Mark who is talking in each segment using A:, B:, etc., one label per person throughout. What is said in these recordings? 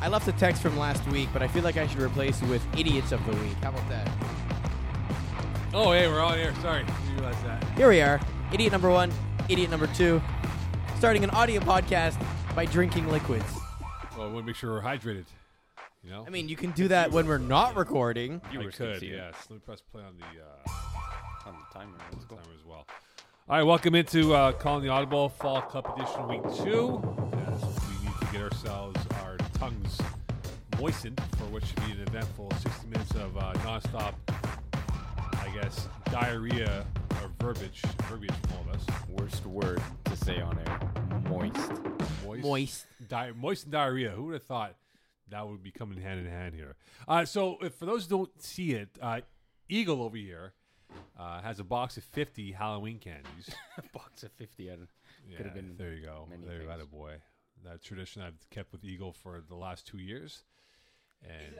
A: I left a text from last week, but I feel like I should replace it with idiots of the week. How about that?
B: Oh, hey, we're all here. Sorry, didn't realize that.
A: Here we are. Idiot number one, idiot number two. Starting an audio podcast by drinking liquids.
B: Well, I want to make sure we're hydrated. You know,
A: I mean, you can do that when we're not recording.
B: you
C: I can
B: could.
C: see it.
B: Yes. Let me press play on the uh,
C: on the timer. That's cool.
B: timer as well. All right, welcome into uh, calling the audible Fall Cup Edition Week Two. As we need to get ourselves our tongues moistened for what should be an eventful 60 minutes of uh, nonstop, I guess, diarrhea or verbiage, verbiage from all of us.
C: Worst word to say on air. Moist.
B: Moist.
A: Moist.
B: Di- moist and diarrhea. Who would have thought that would be coming hand in hand here? Uh, so, if, for those who don't see it, uh, Eagle over here uh, has a box of 50 Halloween candies.
C: Box of fifty. I don't-
B: Yeah,
C: Could have been
B: There you go.
C: many
B: there you
C: things.
B: go, boy. That tradition I've kept with Eagle for the last two years. And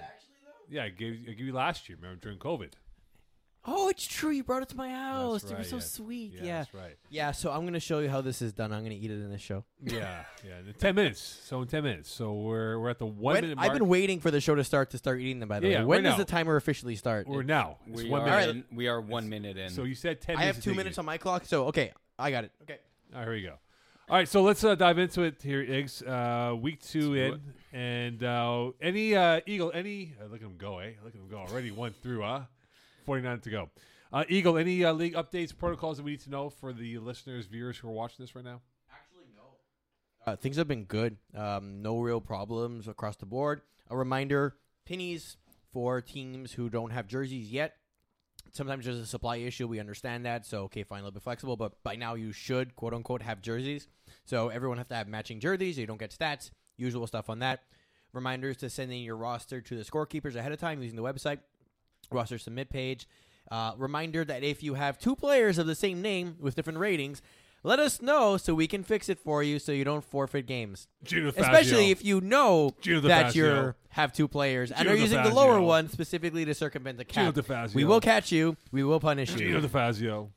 B: Yeah, I gave, I gave you last year, remember, during COVID.
A: Oh, it's true. You brought it to my house.
B: That's
A: you were
B: right,
A: so
B: yeah.
A: sweet. Yeah.
B: Yeah,
A: Yeah.
B: that's right.
A: so I'm going to show you how this is done. I'm going to eat it in this show.
B: Yeah, yeah. in Ten minutes. So in ten minutes. So we're we're at the one
A: When-
B: minute mark.
A: I've been waiting for the show to start to start eating them, by the
B: Yeah,
A: way.
B: yeah,
A: When
B: right
A: does
B: now.
A: the timer officially start?
B: we're now. It's
C: We
B: one
C: are.
B: minute.
A: All
C: in- we are one minute in.
B: So you said ten.
A: I have
B: minutes
A: two
B: to
A: minutes
B: take
A: on my clock, so okay, I got it. Okay.
B: it. All right, here we go. All right, so let's uh, dive into it here, Iggs. Uh, week two
C: do
B: in, and uh, any uh, Eagle, any uh, look at him go, eh? Look at him go already. One through, huh? Forty nine to go. Uh, Eagle, any uh, league updates, protocols that we need to know for the listeners, viewers who are watching this right now?
A: Actually, no. Uh, things have been good. Um, no real problems across the board. A reminder: pennies for teams who don't have jerseys yet. Sometimes there's a supply issue. We understand that, so okay, fine, a little bit flexible. But by now, you should quote unquote have jerseys. So everyone have to have matching jerseys. You don't get stats. Usual stuff on that. Reminders to send in your roster to the scorekeepers ahead of time using the website roster submit page. Uh, reminder that if you have two players of the same name with different ratings, let us know so we can fix it for you so you don't forfeit games.
B: Gino
A: Especially
B: Fazio.
A: if you know
B: Gio
A: that
B: DeFazio.
A: you have two players and
B: Gio
A: are using the lower
B: DeFazio.
A: one specifically to circumvent the cap.
B: Gio DeFazio.
A: We will catch you. We will punish
B: Gino
A: you.
B: DeFazio.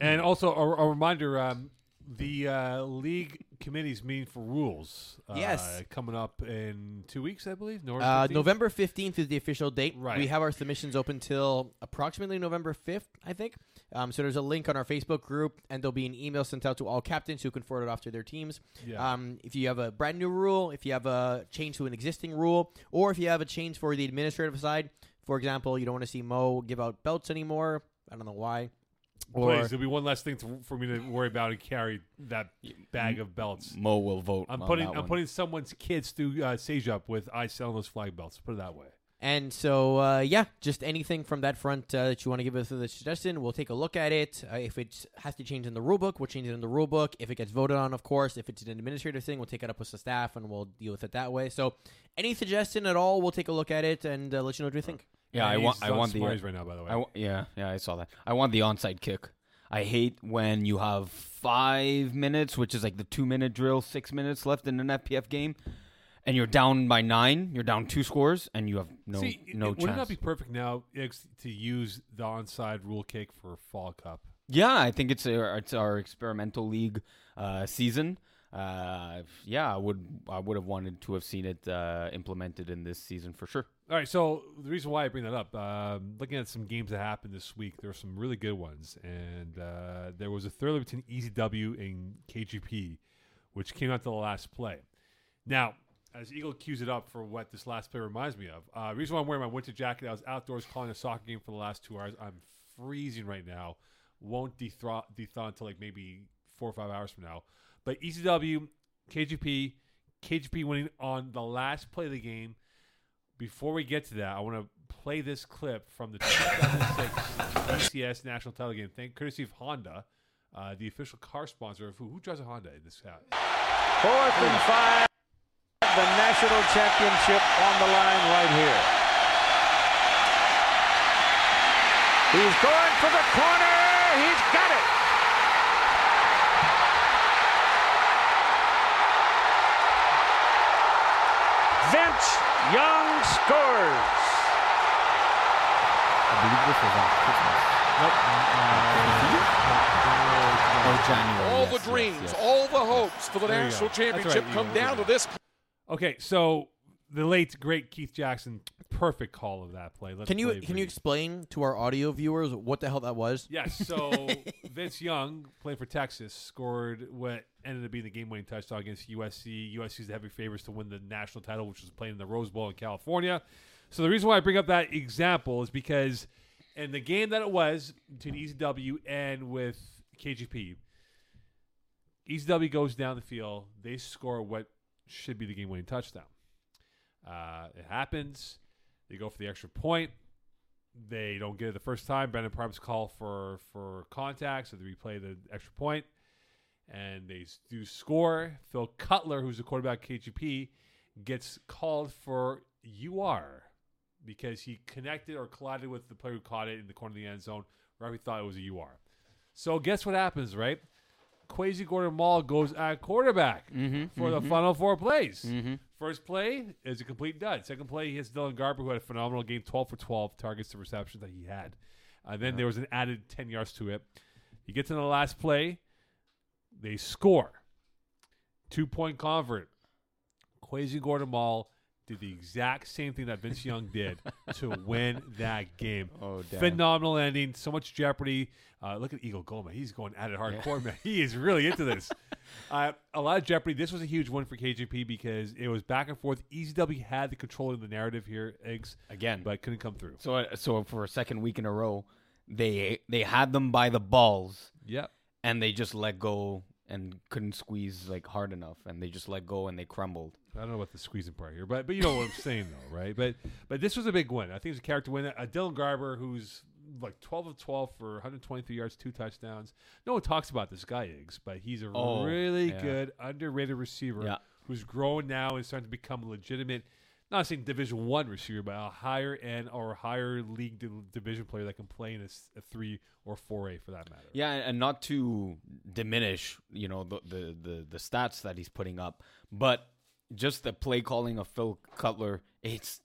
B: and also a, a reminder um, the uh, league committee's meeting for rules. Uh,
A: Yes.
B: Coming up in two weeks, I believe. November.
A: Uh,
B: 15th?
A: November 15th is the official date.
B: Right.
A: We have our submissions open till approximately November 5th, I think. Um, so there's a link on our Facebook group, and there'll be an email sent out to all captains who can forward it off to their teams.
B: Yeah.
A: Um, if you have a brand new rule, if you have a change to an existing rule, or if you have a change for the administrative side, for example, you don't want to see Mo give out belts anymore. I don't know why. Or
B: Please, there'll be one less thing to, for me to worry about and carry that bag of belts.
C: Mo will vote.
B: I'm
C: on
B: putting
C: Mm, that
B: I'm
C: one.
B: putting someone's kids through uh, sage up with I sell those flag belts. Put it that way.
A: and so uh, yeah, just anything from that front uh, that you want to give us as a suggestion, we'll take a look at it. Uh, if it has to change in the rule book, we'll change it in the rule book. If it gets voted on, of course. If it's an administrative thing, we'll take it up with the staff and we'll deal with it that way. So any suggestion at all, we'll take a look at it and uh, let you know what we think.
C: Yeah, I
B: He's
C: want. I
B: on
C: want the.
B: Smarties right now. By the way,
C: I w- yeah, yeah, I saw that. I want the onside kick. I hate when you have five minutes, which is like the two minute drill, six minutes left in an FPF game, and you're down by nine. You're down two scores, and you have no
B: See, it- it,
C: no
B: would it
C: chance.
B: not be perfect now ex- to use the onside rule kick for fall cup?
C: yeah, I think it's our, it's our experimental league uh, season. Uh, yeah, I would I would have wanted to have seen it uh, implemented in this season for sure.
B: All right, so the reason why I bring that up, um, looking at some games that happened this week, there were some really good ones, and uh, there was a thriller between EZW and KGP, which came out to the last play. Now, as Eagle cues it up for what this last play reminds me of, uh, the reason why I'm wearing my winter jacket, I was outdoors calling a soccer game for the last two hours. I'm freezing right now. Won't dethraw, dethaw until like maybe four or five hours from now. But E ECW, KGP, KGP winning on the last play of the game. Before we get to that, I want to play this clip from the 2006 BCS national title game, thank courtesy of Honda, uh, the official car sponsor of who, who drives a Honda in this house.
D: Fourth and five. The national championship on the line right here. He's going for the corner. He's got it. Vince Young scores.
C: I believe this was on Christmas. Nope. January.
E: All
C: yes,
E: the
C: yes,
E: dreams,
C: yes.
E: all the hopes for the
B: There you go.
E: national
B: That's right,
E: championship
B: Eagle,
E: come
B: look at
E: down to
B: that.
E: this
B: Okay, so the late great Keith Jackson, perfect call of that play. Let's
A: Can you
B: play
A: can you
B: Breeze.
A: explain to our audio viewers what the hell that was?
B: Yes. So Vince Young, playing for Texas, scored what ended up being the game-winning touchdown against USC. USC's the heavy favorites to win the national title, which was playing in the Rose Bowl in California. So the reason why I bring up that example is because in the game that it was between ECW and with KGP, ECW E goes down the field. They score what should be the game-winning touchdown. Uh, it happens. They go for the extra point they don't get it the first time. Brandon Prime's call for for contact, so they replay the extra point, and they s- do score. Phil Cutler, who's the quarterback at KGP, gets called for UR because he connected or collided with the player who caught it in the corner of the end zone. Referee thought it was a UR. So guess what happens, right? Quasi Gordon Mall goes at quarterback for
C: Mm-hmm.
B: the final four plays. First play is a complete dud. Second play, he hits Dylan Garber, who had a phenomenal game, 12 for 12 targets to receptions that he had. And
C: Uh-huh.
B: then there was an added 10 yards to it. He gets in the last play. They score. Two point convert. Quasi Gordon Mall did the exact same thing that Vince Young did to win that game.
C: Oh, damn.
B: Phenomenal ending. So much jeopardy. Uh, look at Eagle Goma. He's going at it hardcore, man. He is really into this. uh, a lot of jeopardy. This was a huge one for KGP because it was back and forth. ECW had the control of the narrative here, eggs,
C: Again.
B: but couldn't come through.
C: So uh, so for a second week in a row, they they had them by the balls
B: Yep.
C: and they just let go and couldn't squeeze like hard enough and they just let go and they crumbled.
B: I don't know about the squeezing part here, but but you know what I'm saying though, right? But but this was a big win. I think it was a character win. Uh, Dylan Garber, who's like 12 of 12 for 123 yards, two touchdowns. No one talks about this guy, Iggs, but he's a
C: Oh,
B: really
C: yeah.
B: good underrated receiver
C: Yeah.
B: who's grown now and starting to become a legitimate. Not saying Division One receiver, but a higher end or higher league di- division player that can play in a, s- a three or four A for that matter.
C: Yeah, and and not to diminish, you know, the, the the the stats that he's putting up, but just the play calling of Phil Cutler, it's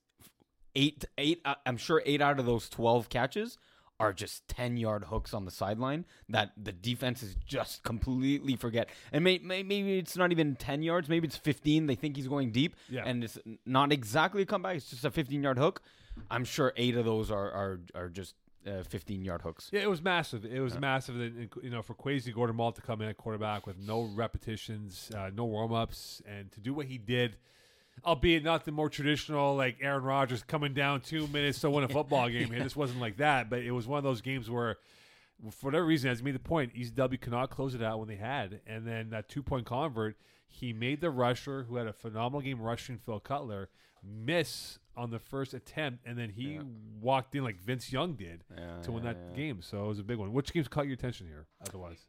C: eight eight uh, I'm sure 8 out of those 12 catches are just 10-yard hooks on the sideline that the defenses just completely forget. And may, may, maybe it's not even 10 yards, maybe it's 15, they think he's going deep
B: Yeah.
C: and it's not exactly a comeback, it's just a 15-yard hook. I'm sure 8 of those are are are just uh, 15-yard hooks.
B: Yeah, it was massive. It was massive. That, you know, for Quasi Gordon Mall to come in at quarterback with no repetitions, uh, no warm ups, and to do what he did, albeit not the more traditional like Aaron Rodgers coming down two minutes to win a football game. And this wasn't like that, but it was one of those games where, for whatever reason, as made the point, E ECW could not close it out when they had, and then that two point convert, he made the rusher who had a phenomenal game rushing Phil Cutler miss on the first attempt, and then he walked in like Vince Young did to win that game. So it was a big one. Which games caught your attention here? Otherwise,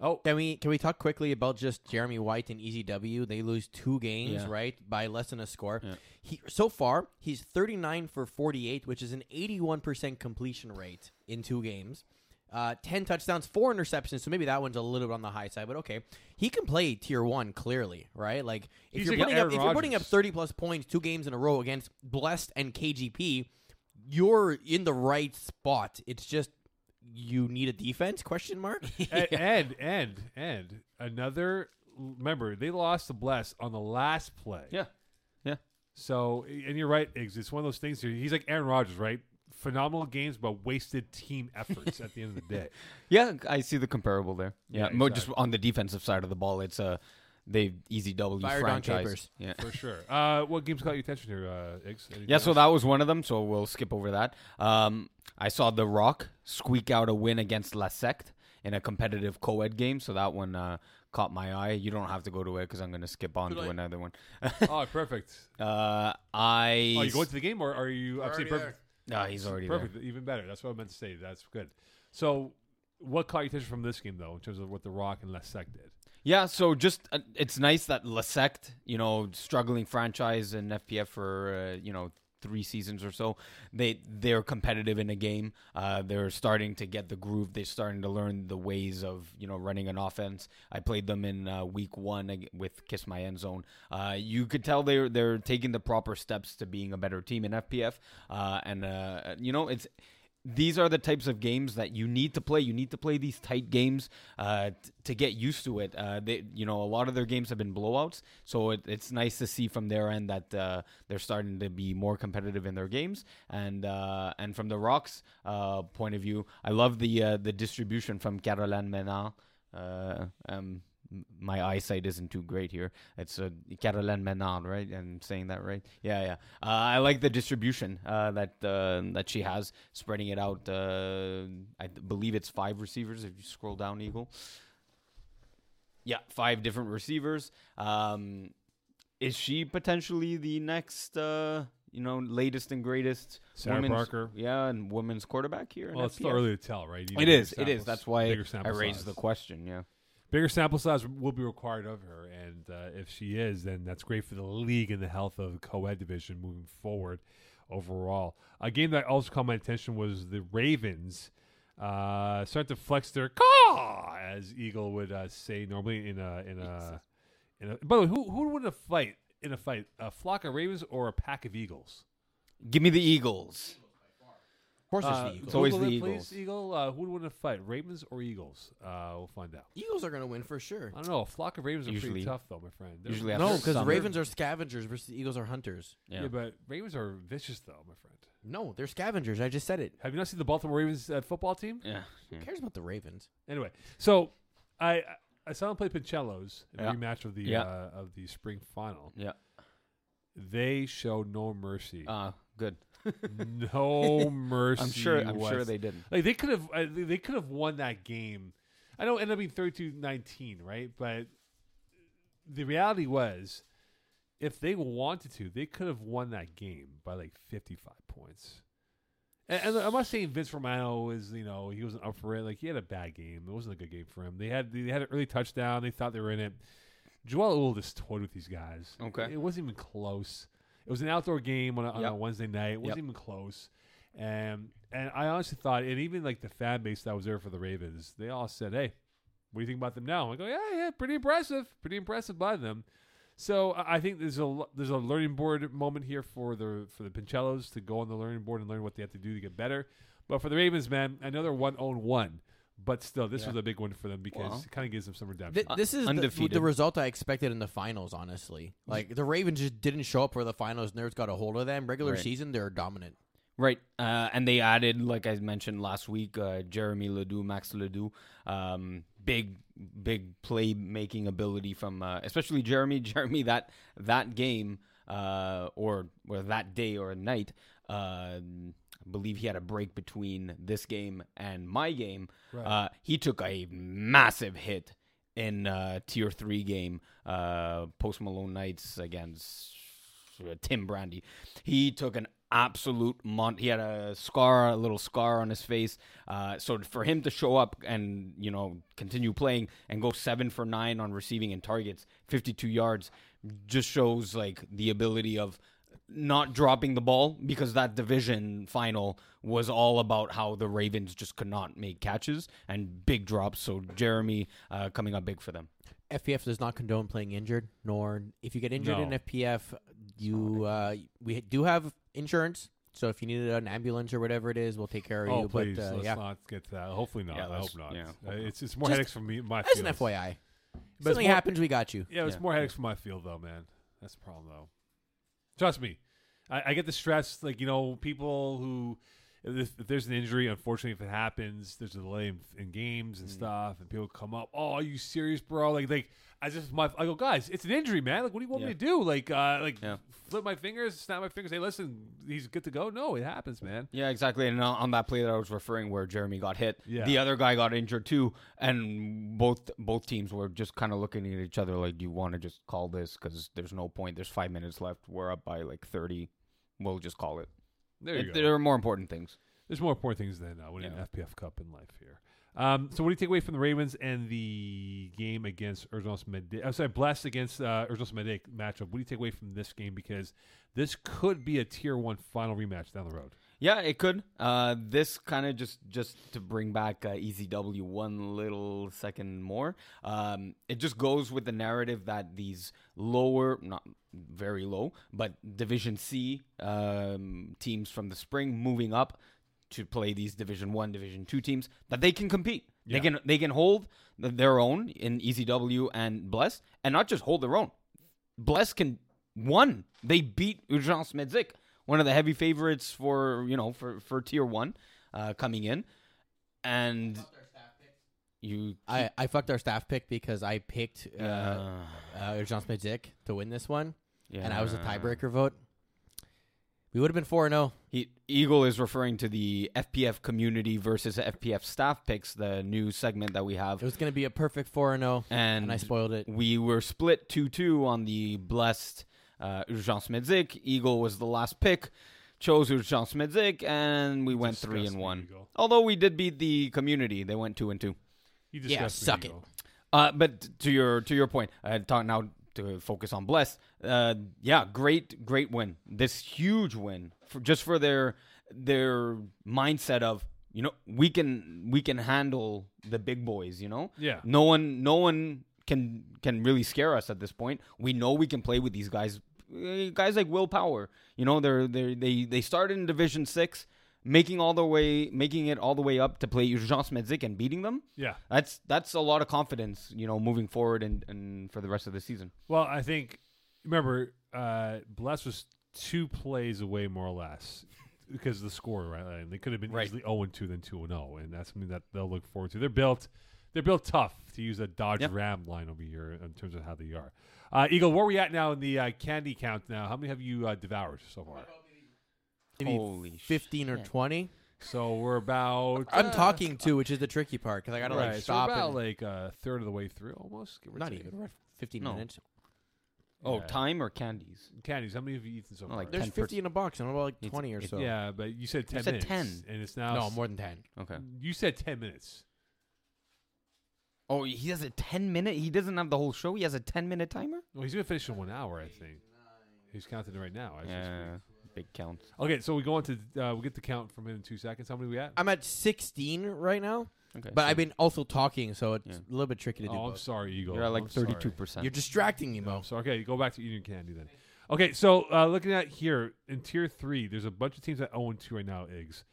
B: oh,
A: Can we can we talk quickly about just Jeremy White and EZW? They lose two games,
C: Yeah.
A: right, by less than a score. He so far he's thirty nine for forty eight, which is an eighty one percent completion rate in two games. Uh, ten touchdowns, four interceptions. So maybe that one's a little bit on the high side, but okay. He can play tier one clearly, right? Like if
B: He's
A: you're
B: like
A: putting up
B: Aaron
A: if you're putting up
B: Rodgers.
A: thirty plus points two games in a row against Blessed and KGP, you're in the right spot. It's just you need a defense? Question mark.
B: and, and and and another. Remember, they lost to Bless on the last play.
C: Yeah. Yeah.
B: So, and you're right, Iggs. It's one of those things. Here. He's like Aaron Rodgers, right? Phenomenal games, but wasted team efforts at the end of the day.
C: Yeah, I see the comparable there. Yeah,
B: Yeah,
C: mo- just on the defensive side of the ball, it's a they easy W
A: Fired on
C: franchise.
A: capers.
C: Yeah.
B: For sure. Uh, what games caught your attention here, uh, Iggs? Anything
C: Yeah, so
B: else?
C: that was one of them, so we'll skip over that. Um, I saw The Rock squeak out a win against La Sect in a competitive co ed game, so that one uh, caught my eye. You don't have to go to it because I'm going to skip on to another one.
B: Oh, perfect.
C: uh, I.
B: Are you going to the game or are you upstate
A: already
B: perfect?
C: Ah, he's already there.
B: Perfect. Even better. That's what I meant to say. That's good. So, what caught your attention from this game, though, in terms of what The Rock and Lesek did?
C: Yeah, so just uh, it's nice that Lasect, you know, struggling franchise in FPF for uh, you know three seasons or so, they they're competitive in a game. Uh, they're starting to get the groove. They're starting to learn the ways of you know running an offense. I played them in uh, week one ag- with Kiss My End Zone. Uh, you could tell they're they're taking the proper steps to being a better team in FPF, uh, and uh, you know it's these are the types of games that you need to play. You need to play these tight games uh, t- to get used to it. Uh, they, you know, a lot of their games have been blowouts, so it, it's nice to see from their end that uh, they're starting to be more competitive in their games. And uh, and from the Rocks' uh, point of view, I love the uh, the distribution from Caroline Menard. Uh, um, m- my eyesight isn't too great here. It's uh, Caroline Menard, right? I'm saying that right? Yeah, yeah. Uh, I like the distribution uh, that uh, that she has, spreading it out. Uh, I th- believe it's five receivers if you scroll down, Eagle. Yeah, five different receivers. Um, is she potentially the next, uh, you know, latest and greatest
B: Sarah
C: women's-
B: Parker.
C: Yeah, and women's quarterback here. in
B: Well, it's still
C: FPL?
B: early to tell, right? You need
C: It is.
B: bigger
C: It is.
B: samples-
C: That's why
B: bigger
C: I
B: sample
C: raised
B: size.
C: the question. Yeah.
B: Bigger sample size will be required of her, and uh, if she is, then that's great for the league and the health of the co-ed division moving forward. Overall, a game that also caught my attention was the Ravens uh, started to flex their caw, as Eagle would uh, say normally in a in a. In a by the way, who who would a fight in a fight a flock of ravens or a pack of eagles?
C: Give me the Eagles.
A: Of course,
B: Uh,
A: it's the Eagles.
C: it's always
B: Google
C: the
B: it, please,
C: Eagles.
B: Eagle, uh, who would win a fight, Ravens or Eagles? Uh, we'll find out.
A: Eagles are going to win for sure.
B: I don't know. A flock of Ravens are pretty
C: Usually-
B: tough, though, my friend. They're-
C: usually
A: No,
C: after
A: because
C: summer.
A: Ravens are scavengers versus the Eagles are hunters.
B: yeah. but Ravens are vicious, though, my friend.
A: No, they're scavengers. I just said it.
B: Have you not seen the Baltimore Ravens uh, football team?
C: Yeah.
A: Who cares about the Ravens?
B: Anyway, so I I saw them play Pincellos in
C: Yeah.
B: the rematch of the
C: Yeah.
B: uh, of the spring final.
C: Yeah.
B: They showed no mercy,
C: Uh, good.
B: no mercy.
C: I'm sure. I'm sure
B: whatsoever.
C: they didn't.
B: Like they could have, uh, they- they could have won that game. I know it ended up being 32-19, right? But the reality was, if they wanted to, they could have won that game by like fifty-five points. And, and I'm not saying Vince Romano is, you know, he wasn't up for it. Like he had a bad game. It wasn't a good game for him. They had they had an early touchdown. They thought they were in it. Joel Old just toyed with these guys.
C: Okay.
B: it wasn't even close. It was an outdoor game on a, on
C: Yep.
B: a Wednesday night. It wasn't even close. And and I honestly thought, and even like the fan base that was there for the Ravens, they all said, "Hey, what do you think about them now?" I go, "Yeah, yeah, pretty impressive, pretty impressive by them." So I I think there's a lo- there's a learning board moment here for the for the Pincellos to go on the learning board and learn what they have to do to get better. But for the Ravens, man, I know they're one on one, but still, this
C: Yeah.
B: was a big one for them because
C: Well.
B: it kind of gives them some redemption.
A: Th- this is the- the,
C: undefeated.
A: result I expected in the finals. Honestly, like the Ravens just didn't show up for the finals. Nerds got a hold of them. Regular
C: Right.
A: season, they're dominant.
C: Right. Uh, and they added, like I mentioned last week, uh, Jeremy Ledoux, Max Ledoux. Um, big, big playmaking ability from, uh, especially Jeremy. Jeremy, that that game uh, or or that day or night. Uh, I believe he had a break between this game and my game. Uh, he took a massive hit in uh, tier three game, uh, post Malone Knights against uh, Tim Brandy. He took an absolute mon. He had a scar, a little scar on his face. Uh, so for him to show up and you know continue playing and go seven for nine on receiving and targets, fifty-two yards, just shows like the ability of not dropping the ball because that division final was all about how the Ravens just could not make catches and big drops. So Jeremy uh, coming up big for them.
A: FPF does not condone playing injured, nor if you get injured
B: No.
A: in FPF, you uh, we do have insurance. So if you needed an ambulance or whatever it is, we'll take care of
B: oh
A: you.
B: please,
A: but uh,
B: let's
A: yeah,
B: not get to that. Hopefully not.
C: Yeah,
B: I
C: let's-
B: hope not.
C: yeah, hope
B: Uh,
C: not.
B: it's it's more
A: Just
B: headaches for me. My
A: as an
B: fields.
A: FYI,
B: But it's
A: something
B: more-
A: happens, we got you.
B: Yeah, it's
C: Yeah.
B: more headaches for my field though, man. That's the problem though. Trust me, I, I get the stress. Like you know, people who if, if there's an injury, unfortunately, if it happens, there's a delay in, in games and
C: Mm.
B: stuff, and people come up. Oh, are you serious, bro? Like like I just my I go, guys, it's an injury, man. Like what do you want me
C: Yeah.
B: to do? Like uh like
C: Yeah.
B: flip my fingers, snap my fingers. Hey, listen, he's good to go. No, it happens, man.
C: Yeah, exactly. And on on that play that I was referring, where Jeremy got hit,
B: Yeah.
C: the other guy got injured too, and both both teams were just kind of looking at each other like, "Do you want to just call this? Because there's no point. There's five minutes left. We're up by like thirty. We'll just call it.
B: There you
C: It-
B: go.
C: there are more important things."
B: There's more important things than uh, winning
C: Yeah.
B: an FPF Cup in life here. Um, so what do you take away from the Ravens and the game against Urgence Medic? I'm sorry, Blast against uh, Urgence Medic matchup. What do you take away from this game because this could be a tier one final rematch down the road?
C: Yeah, it could. Uh, this kind of just just to bring back uh, ECW one little second more. Um, it just goes with the narrative that these lower, not very low, but Division C um, teams from the spring moving up to play these Division One, Division Two teams that they can compete.
B: Yeah.
C: They can they can hold th- their own in ECW and Bless, and not just hold their own. Bless can won. They beat Urgence Medzik, one of the heavy favorites for you know for for Tier One, uh, coming in, and you
A: I, I fucked our staff pick because I picked uh, uh,
C: uh,
A: John Smith Dick to win this one,
C: yeah.
A: and I was a tiebreaker vote. We would have been four and oh. zero.
C: He, Eagle is referring to the FPF community versus FPF staff picks, the new segment that we have.
A: It was going to be a perfect four and zero,
C: and
A: and I spoiled it.
C: we were split 2 2 on the blessed uh, Urgence Medzik. Eagle was the last pick, chose Urgence Medzik, and we went 3 and
B: Disgusting,
C: 1.
B: Eagle.
C: Although we did beat the community, they went 2 and 2.
B: You
A: Yeah,
B: disgust me,
A: suck it.
B: Eagle.
C: Uh, but to your to your point, uh, talk now to focus on Bless. Uh, yeah, great great win. This huge win for, just for their their mindset of you know we can we can handle the big boys. You know,
B: Yeah.
C: No one no one can can really scare us at this point. We know we can play with these guys. Uh, Guys like Willpower, you know, they're they they they started in Division Six, making all the way making it all the way up to play Urgence Medzik and beating them
B: Yeah.
C: that's that's a lot of confidence, you know, moving forward and, and for the rest of the season.
B: Well, I think remember, uh, Bless was two plays away more or less because of the score, right? And they could have been
C: Right.
B: easily zero and two, then two and zero, and that's something that they'll look forward to. They're built, they're built tough to use a Dodge
C: Yep.
B: Ram line over here in terms of how they are. Uh, Eagle, where are we at now in the uh, candy count? Now, how many have you uh, devoured so far?
A: Maybe
C: Holy
A: fifteen or
C: shit.
A: twenty.
B: So we're about.
A: I'm talking too, which is the tricky part because I gotta
B: Right,
A: like
B: so we're
A: stop.
B: about
A: and,
B: like a third of the way through, almost. give or
A: not
B: take.
A: even we're at fifteen
C: No.
A: minutes.
C: Oh,
B: Yeah.
C: time or candies?
B: Candies. How many have you eaten so
C: No,
B: far?
C: like
A: There's
C: 10%.
A: fifty in a box, and I'm about like
C: It's-
A: twenty or
C: it's-
A: so.
B: yeah, but you said ten
C: said
B: minutes,
C: 10.
B: and it's now
A: no,
B: s-
A: more than ten.
C: Okay.
B: You said ten minutes.
C: Oh, he has a ten minute. He doesn't have the whole show. He has a ten minute timer.
B: Well, he's gonna finish in one hour, I think. He's counting it right now. Actually.
C: Yeah, big counts.
B: Okay, so we go on to uh, we get the count from him in two seconds. How many we at?
A: I'm at sixteen right now,
C: Okay,
A: but
C: so
A: I've been also talking, so it's
C: Yeah.
A: a little bit tricky to do.
B: oh, I'm
A: both.
B: sorry, Eagle.
C: you're at
B: I'm
C: like
B: sorry.
C: thirty two percent.
A: You're distracting me,
B: No,
A: Mo.
B: I'm sorry. Okay, go back to eating candy then. Okay, so uh, looking at here in tier three, there's a bunch of teams at 0 and 2 right now, Iggs.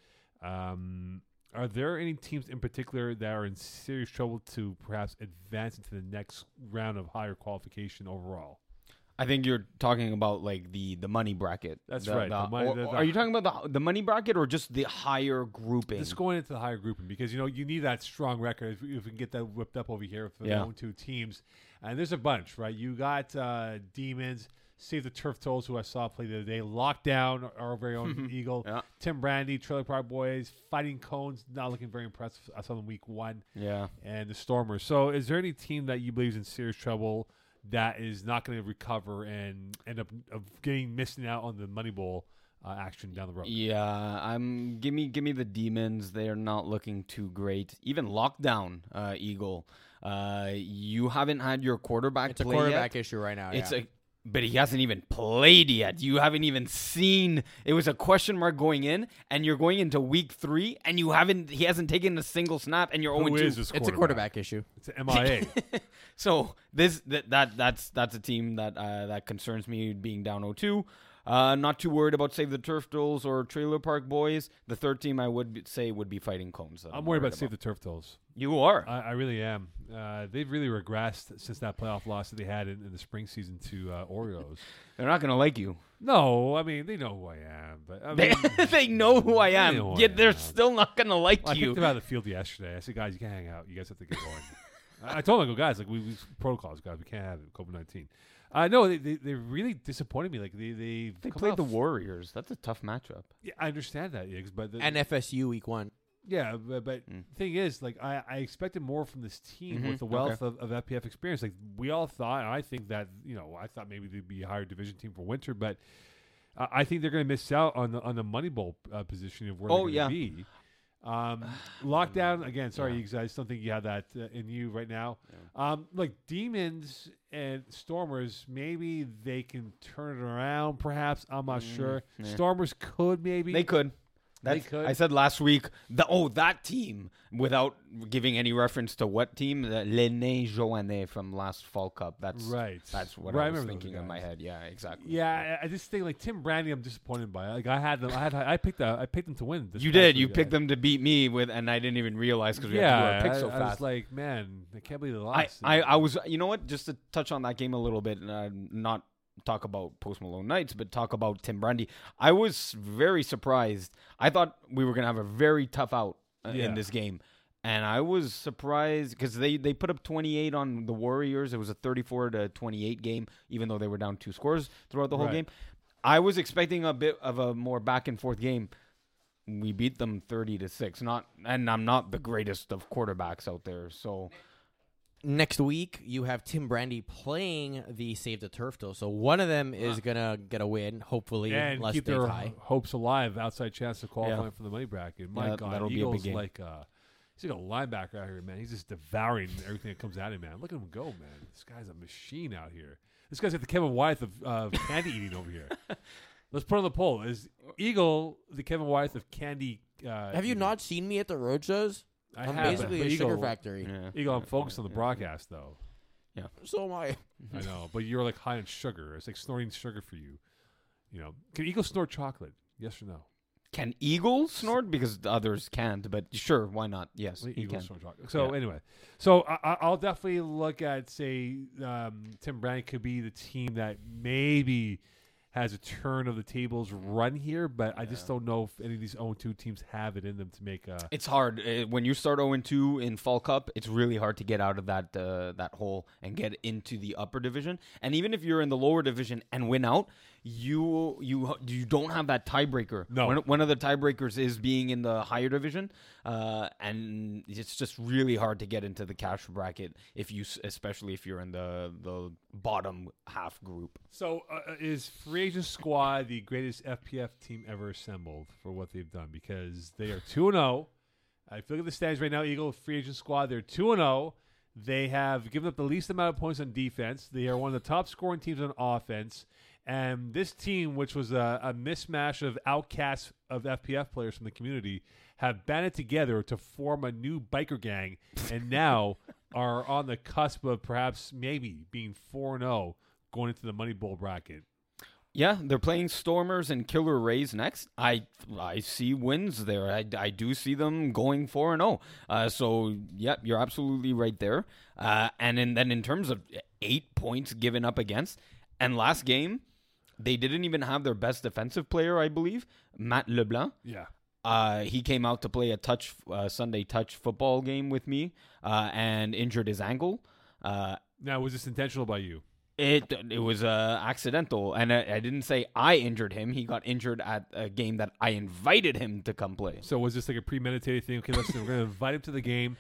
B: Um, are there any teams in particular that are in serious trouble to perhaps advance into the next round of higher qualification overall?
C: I think you're talking about like the the money bracket.
B: That's
C: The-
B: right,
C: the-
B: the money-
C: or-
B: the- the-
C: are you talking about the the money bracket or just the higher grouping?
B: Just going into the higher grouping because you know you need that strong record if, if we can get that whipped up over here for
C: Yeah.
B: the own two teams. And there's a bunch, right? You got uh, Demons, Save the Turf Tolls, who I saw play the other day, Lockdown, our very own Eagle,
C: Yeah.
B: Tim Brandy, Trailer Park Boys, Fighting Cones, not looking very impressive. I saw them week one,
C: yeah.
B: and the Stormers. So, is there any team that you believe is in serious trouble that is not going to recover and end up of getting missing out on the Money Bowl uh, action down the road?
C: Yeah, I'm give me give me the demons. They're not looking too great. Even lockdown, uh, Eagle. Uh, you haven't had your quarterback
A: It's a
C: play
A: quarterback
C: yet.
A: issue right now.
C: It's
A: yeah.
C: a but he hasn't even played yet. You haven't even seen. It was a question mark going in, and you're going into week three, and you haven't. He hasn't taken a single snap, oh and you're
B: Who
C: zero
B: is
C: two.
B: this
A: it's a quarterback issue.
B: It's an MIA.
C: So this that, that that's that's a team that uh, that concerns me being down 0-2. Uh, not too worried about save the turf Dolls or trailer park boys. The third team I would be, say would be fighting cones. that
B: I'm worried about Save the Turf Tolls.
C: You are.
B: I, I really am. Uh, they've really regressed since that playoff loss that they had in, in the spring season to uh, Oreos.
C: They're not gonna like you.
B: no, I mean they know who I am, but I
C: They,
B: mean,
C: they know who I
B: They
C: am.
B: know who I
C: yet they're
B: am.
C: still not gonna like
B: Well, I
C: you.
B: picked them out of the field yesterday. I said, guys, you can't hang out. You guys have to get going. I I told them, I go, guys, like we, we protocols, guys, we can't have it. COVID nineteen. Uh, no, they, they they really disappointed me. Like they they
C: They played the Warriors. That's a tough matchup.
B: Yeah, I understand that, Iggs, but the,
A: And FSU week one.
B: Yeah, but, but
C: Mm.
B: thing is, like I, I expected more from this team
C: Mhm,
B: with the
C: okay.
B: wealth of, of FPF experience. Like we all thought, and I think that you know, I thought maybe they'd be a higher division team for winter, but I I think they're going to miss out on the on the money bowl uh, position of where
C: Oh,
B: they're
C: yeah.
B: going to be. Um, lockdown again. Sorry,
C: Yeah.
B: you guys. I just don't think you have that uh, in you right now. Um, like demons and stormers, maybe they can turn it around. Perhaps I'm not
C: Mm,
B: sure.
C: yeah.
B: Stormers could maybe
C: They could. That's,
E: could.
C: I said last week, the, oh, that team, without giving any reference to what team, the Lene Joanne from last Fall Cup. That's
B: Right.
C: That's what
B: Right, I
C: I was
B: remember those
C: thinking in my
B: guys.
C: head. Yeah, exactly.
B: Yeah, I, I just think like Tim Brandy, I'm disappointed by. Like I had them, I had, I picked, uh, I picked them to win. This
C: You
B: past
C: did. You
B: week.
C: picked
B: I-
C: them to beat me with, and I didn't even realize because we
B: Yeah,
C: had to do our pick so
B: I,
C: fast.
B: I was like, man, I can't believe they
C: I,
B: lost.
C: I, I was, you know what? Just to touch on that game a little bit, and uh, not talk about Post Malone Knights, but talk about Tim Brandy. I was very surprised. I thought we were gonna have a very tough out uh,
B: Yeah.
C: in this game, and I was surprised because they they put up 28 on the Warriors. It was a 34 to 28 game, even though they were down two scores throughout the whole
B: Right.
C: game. I was expecting a bit of a more back and forth game we beat them 30 to 6 not and i'm not the greatest of quarterbacks out there so
A: Next week, you have Tim Brandy playing the Save the Turf, though. So one of them is going to get a win, hopefully,
B: and
A: unless
B: keep
A: they
B: their
A: tie.
B: hopes alive, outside chance of qualifying
C: Yeah.
B: for the money bracket. My
C: Yeah,
B: God,
C: that'll be a big
B: Eagles
C: game.
B: like uh, he's like a linebacker out here, man. He's just devouring everything that comes at him, man. Look at him go, man. This guy's a machine out here. This guy's got the Kevin Wyeth of uh, candy eating over here. Let's put on the poll: Is Eagle the Kevin Wyeth of candy? Uh,
A: Have you
B: eating?
A: not seen me at the road shows?
B: I
A: I'm
B: have, but-
A: basically
B: but
A: a
B: Eagle,
A: sugar factory.
C: yeah.
B: Eagle, I'm focused on the broadcast though.
A: So am I.
B: I know, but you're like high on sugar. It's like snorting sugar for you. You know, can eagles snort chocolate? Yes or no?
C: can eagles snort because the others can't but sure why not yes
B: Only
C: he
B: eagles
C: can
B: snort chocolate. So
C: Yeah.
B: anyway, so I, I- I'll definitely look at say um, Tim Brand could be the team that maybe has a turn of the tables run here, but I just don't know if any of these own two teams have it in them to make a.
C: it's hard Uh, when you start 0 2 in fall cup it's really hard to get out of that uh, that hole and get into the upper division and even if you're in the lower division and win out you you you don't have that tiebreaker
B: No.
C: one, one of the tiebreakers is being in the higher division uh, and it's just really hard to get into the cash bracket if you s- especially if you're in the the bottom half group
B: So uh, is free agent squad the greatest FPF team ever assembled for what they've done? Because they are two and oh. zero. Uh, If you look at the standings right now, Eagle free agent squad, they're two and zero. They have given up the least amount of points on defense. They are one of the top scoring teams on offense. And this team, which was a, a mismatch of outcasts of FPF players from the community, have banded together to form a new biker gang, and now are on the cusp of perhaps maybe being four and zero going into the money bowl bracket.
C: Yeah, they're playing Stormers and Killer Rays next. I I see wins there. I, I do see them going four and zero. Uh, So yep, you're absolutely right there. Uh, and in, then in terms of eight points given up against, and last game, they didn't even have their best defensive player. I believe Matt Leblanc.
B: Yeah.
C: Uh, he came out to play a touch uh, Sunday touch football game with me, uh, and injured his ankle. Uh,
B: Now, was this intentional by you?
C: it it was uh, accidental, and I, I didn't say I injured him. He got injured at a game that I invited him to come play.
B: So was this like a premeditated thing? Okay, listen, we're gonna invite him to the game.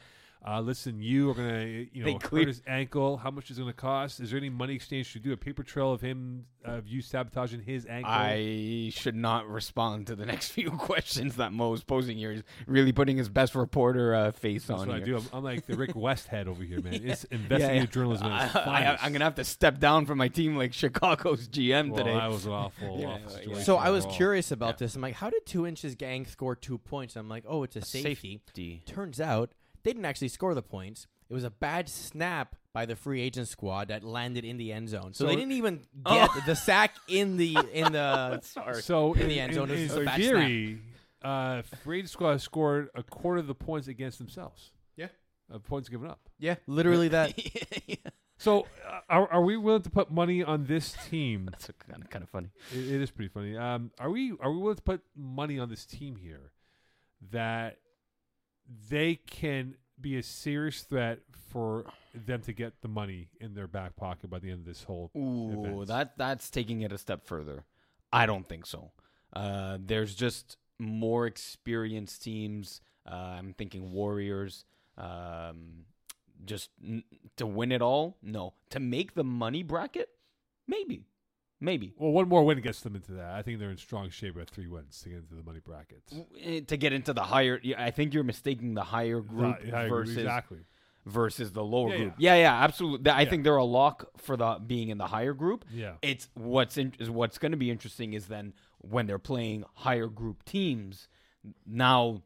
B: Uh, listen, you are gonna you
C: They
B: know
C: clear-
B: hurt his ankle. How much is it gonna cost? Is there any money exchange to do a paper trail of him of you sabotaging his ankle?
C: I should not respond to the next few questions that Mo's posing here. He's really putting his best reporter uh, face
B: That's
C: on
B: what I
C: here.
B: do. I'm, I'm like the Rick Westhead over here, man. It's investigative journalism. at its
C: I,
B: finest.
C: am gonna have to step down from my team like Chicago's GM
B: Well,
C: today.
B: that was an awful,
C: Yeah,
B: awful
C: yeah.
B: situation.
A: So I was
B: overall.
A: curious about this. I'm like, how did Two Inches Gang score two points? I'm like, oh, it's a, safety. Turns out they didn't actually score the points. It was a bad snap by the free agent squad that landed in the end zone. So,
B: So-
A: they didn't even get the sack in the in the
B: So
A: in the end zone,
B: in,
A: it was a bad
B: theory, uh, Free Agent Squad scored a quarter of the points against themselves.
A: Yeah.
B: of points given up.
A: yeah, literally that.
B: So, uh, are, are we willing to put money on this team?
C: That's kind of kind of funny.
B: it, it is pretty funny. Um, are we are we willing to put money on this team here that they can be a serious threat for them to get the money in their back pocket by the end of this whole?
C: Ooh,
B: events.
C: that that's taking it a step further. I don't think so. Uh, there's just more experienced teams. Uh, I'm thinking Warriors. Um, just n- to win it all, no. To make the money bracket, maybe, maybe
B: Well, one more win gets them into that. I think they're in strong shape with three wins to get into the money bracket.
C: Eh, to get into the higher. yeah, I think you're mistaking the higher group
B: Uh, Yeah, I agree.
C: versus
B: exactly.
C: versus the lower
B: Yeah,
C: group. Yeah, yeah, absolutely. Th- I
B: Yeah.
C: think they're a lock for the being in the higher group.
B: Yeah.
C: it's what's in, is what's going to be interesting is then when they're playing higher group teams. Now,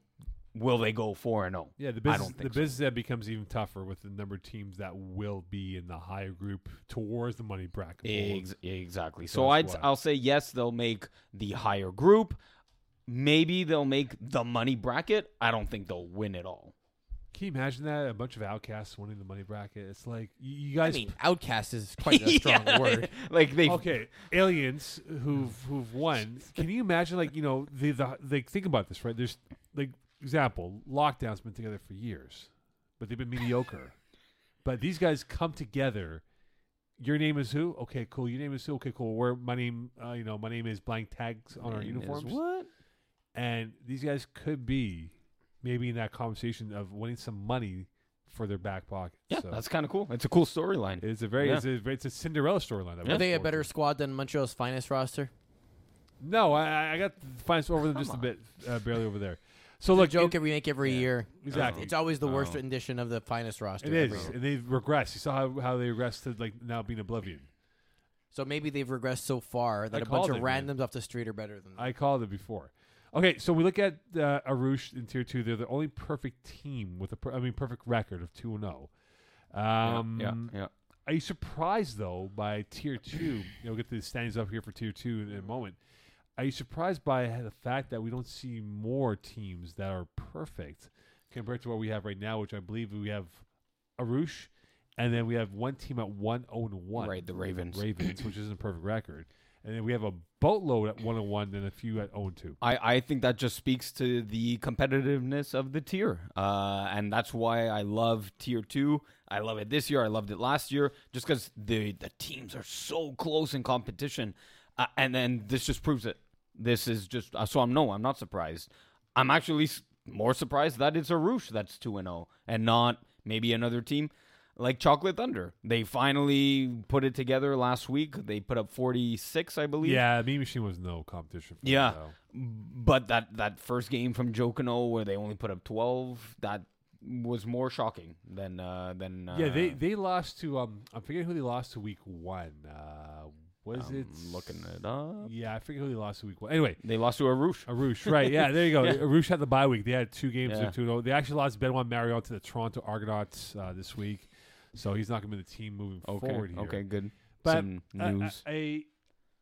C: will they go four and oh?
B: Yeah,
C: zero?
B: the
C: I
B: business,
C: don't
B: the
C: think so.
B: business that becomes even tougher with the number of teams that will be in the higher group towards the money bracket.
C: Ex- exactly. So
B: that's
C: I'd
B: why.
C: I'll say yes. They'll make the higher group. Maybe they'll make the money bracket. I don't think they'll win at all.
B: Can you imagine that a bunch of outcasts winning the money bracket? It's like you, you guys.
A: I mean, outcast is quite a strong
C: Yeah,
A: word.
C: Like they.
B: okay, aliens who've who've won. Can you imagine? Like you know, the the like think about this, right? There's like example, lockdown's been together for years, but they've been mediocre. but these guys come together. Your name is who? Okay, cool. Your name is who? Okay, cool. Where my name? Uh, you know, my name is blank tags on our
C: Name is
B: uniforms.
C: What?
B: and these guys could be maybe in that conversation of winning some money for their back pocket.
C: Yeah,
B: so
C: that's kind of cool. It's a cool storyline.
B: it's a very
C: Yeah.
B: it's, a, it's a Cinderella storyline. that we
A: Are they a
B: look forward
A: better
B: to.
A: squad than Montreal's finest roster?
B: No, I, I got the finance over them just a bit, uh, barely over there. So
A: The
B: look,
A: joke
B: it,
A: we make every
C: yeah.
A: year.
B: Exactly.
A: It's always the worst
C: Oh.
A: rendition of the finest roster.
B: it
A: every
B: is,
A: year.
B: and they've regressed. You saw how, how they regressed to like now being oblivion.
A: So maybe they've regressed so far that
B: I
A: a bunch
B: called
A: of
B: it, man.
A: randoms off the street are better than them.
B: I called it before. Okay, so we look at uh, Arush in tier two. They're the only perfect team with a per- I mean perfect record of two and zero.
C: Yeah,
B: Um,
C: yeah, yeah.
B: Are you surprised though by tier two? You know, we'll get the standings up here for tier two
C: Mm-hmm.
B: in, a moment. Are you surprised by the fact that we don't see more teams that are perfect compared to what we have right now, which I believe we have Arush, and then we have one team at one zero and one,
C: Right, the Ravens.
B: Ravens, which isn't a perfect record, and then we have a boatload at one and one, and a few at zero and two.
C: I, I think that just speaks to the competitiveness of the tier. Uh, and that's why I love tier two. I love it this year. I loved it last year just because the, the teams are so close in competition. Uh, and then this just proves it. This is just uh, so I'm no, I'm not surprised. I'm actually s- more surprised that it's a Roosh that's 2 and 0 and not maybe another team like Chocolate Thunder. They finally put it together last week. They put up 46, I believe.
B: Yeah, Mean Machine was no competition. For them,
C: Yeah.
B: though.
C: But that that first game from Jokano where they only put up 12, that was more shocking than uh than uh,
B: Yeah, they they lost to um I'm forgetting who they lost to week one. Uh was
C: I'm
B: it
C: looking it up.
B: Yeah, I forget who they lost to week one. Anyway,
C: They lost to Arush.
B: Arush, right? Yeah, there you go. Arush had the bye week. They had two games
C: Yeah.
B: of two. oh. They actually lost Benoit Marion to the Toronto Argonauts uh, this week, so he's not going to be the team moving
C: Okay.
B: forward. Here.
C: Okay, good.
B: But,
C: Some
B: I-
C: news.
B: I,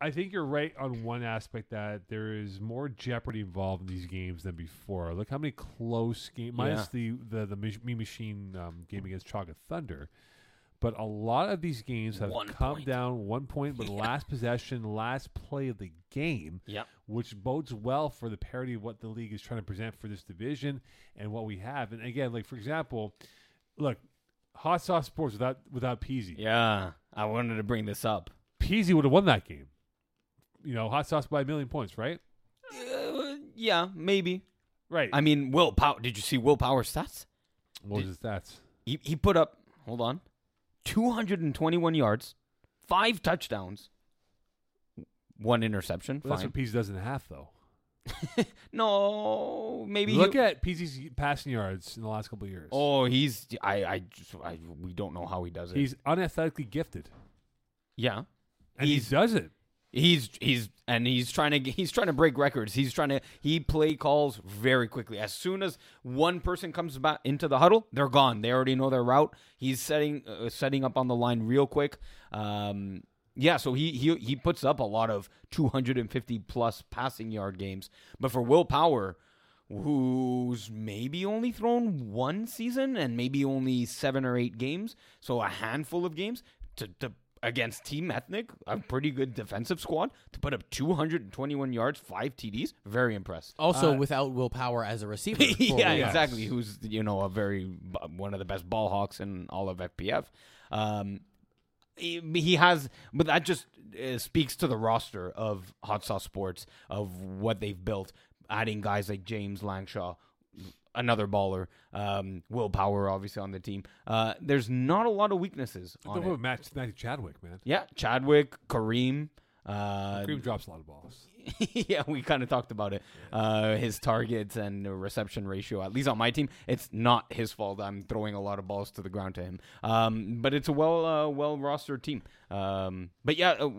B: I, I think you're right on one aspect that there is more jeopardy involved in these games than before. Look how many close games, minus the the the Mach- Mean Machine um, game against Chaga Thunder. But a lot of these games have
C: One
B: come
C: point.
B: down one point, but last possession, last play of the game,
C: Yep.
B: which bodes well for the parity of what the league is trying to present for this division and what we have. And again, like for example, look, hot sauce sports without without Peasy.
C: yeah, I wanted to bring this up.
B: Peasy would have won that game. You know, hot sauce by a million points, right?
C: Uh, yeah, maybe.
B: Right.
C: I mean, Will Power, did you see Will Power's stats?
B: what was his stats?
C: He he put up, hold on, 221 yards, 5 touchdowns, 1 interception.
B: Well, that's
C: Fine.
B: what Peasy doesn't have, though.
C: No, maybe
B: Look
C: he,
B: at Peasy's passing yards in the last couple of years.
C: Oh, he's I I just I we don't know how he does it.
B: he's unathletically gifted,
C: yeah.
B: and
C: He's-
B: he does it.
C: He's he's and he's trying to he's trying to break records. He's trying to he play calls very quickly. As soon as one person comes back into the huddle, they're gone. They already know their route. He's setting uh, setting up on the line real quick. Um yeah, so he he he puts up a lot of 250 plus passing yard games. But for Will Power, who's maybe only thrown one season and maybe only seven or eight games, so a handful of games to, to against Team Ethnic, a pretty good defensive squad, to put up 221 yards, five TDs, very impressed.
B: uh,
A: Also, without willpower as a receiver. for
C: yeah,
A: Will.
C: exactly. Who's you know a very one of the best ball hawks in all of FPF. Um, he he has, but that just uh, speaks to the roster of Hot Sauce Sports of what they've built. Adding guys like James Langshaw, another baller, um, Will Power, obviously on the team. Uh, there's not a lot of weaknesses.
B: Don't
C: On it.
B: match Matthew Chadwick, man.
C: Yeah, Chadwick, Kareem. Uh,
B: Cream drops a lot of balls.
C: yeah, we kind of talked about it. Uh, his targets and reception ratio, at least on my team, it's not his fault. I'm throwing a lot of balls to the ground to him. Um, but it's a well, uh, well rostered team. Um, but yeah, uh,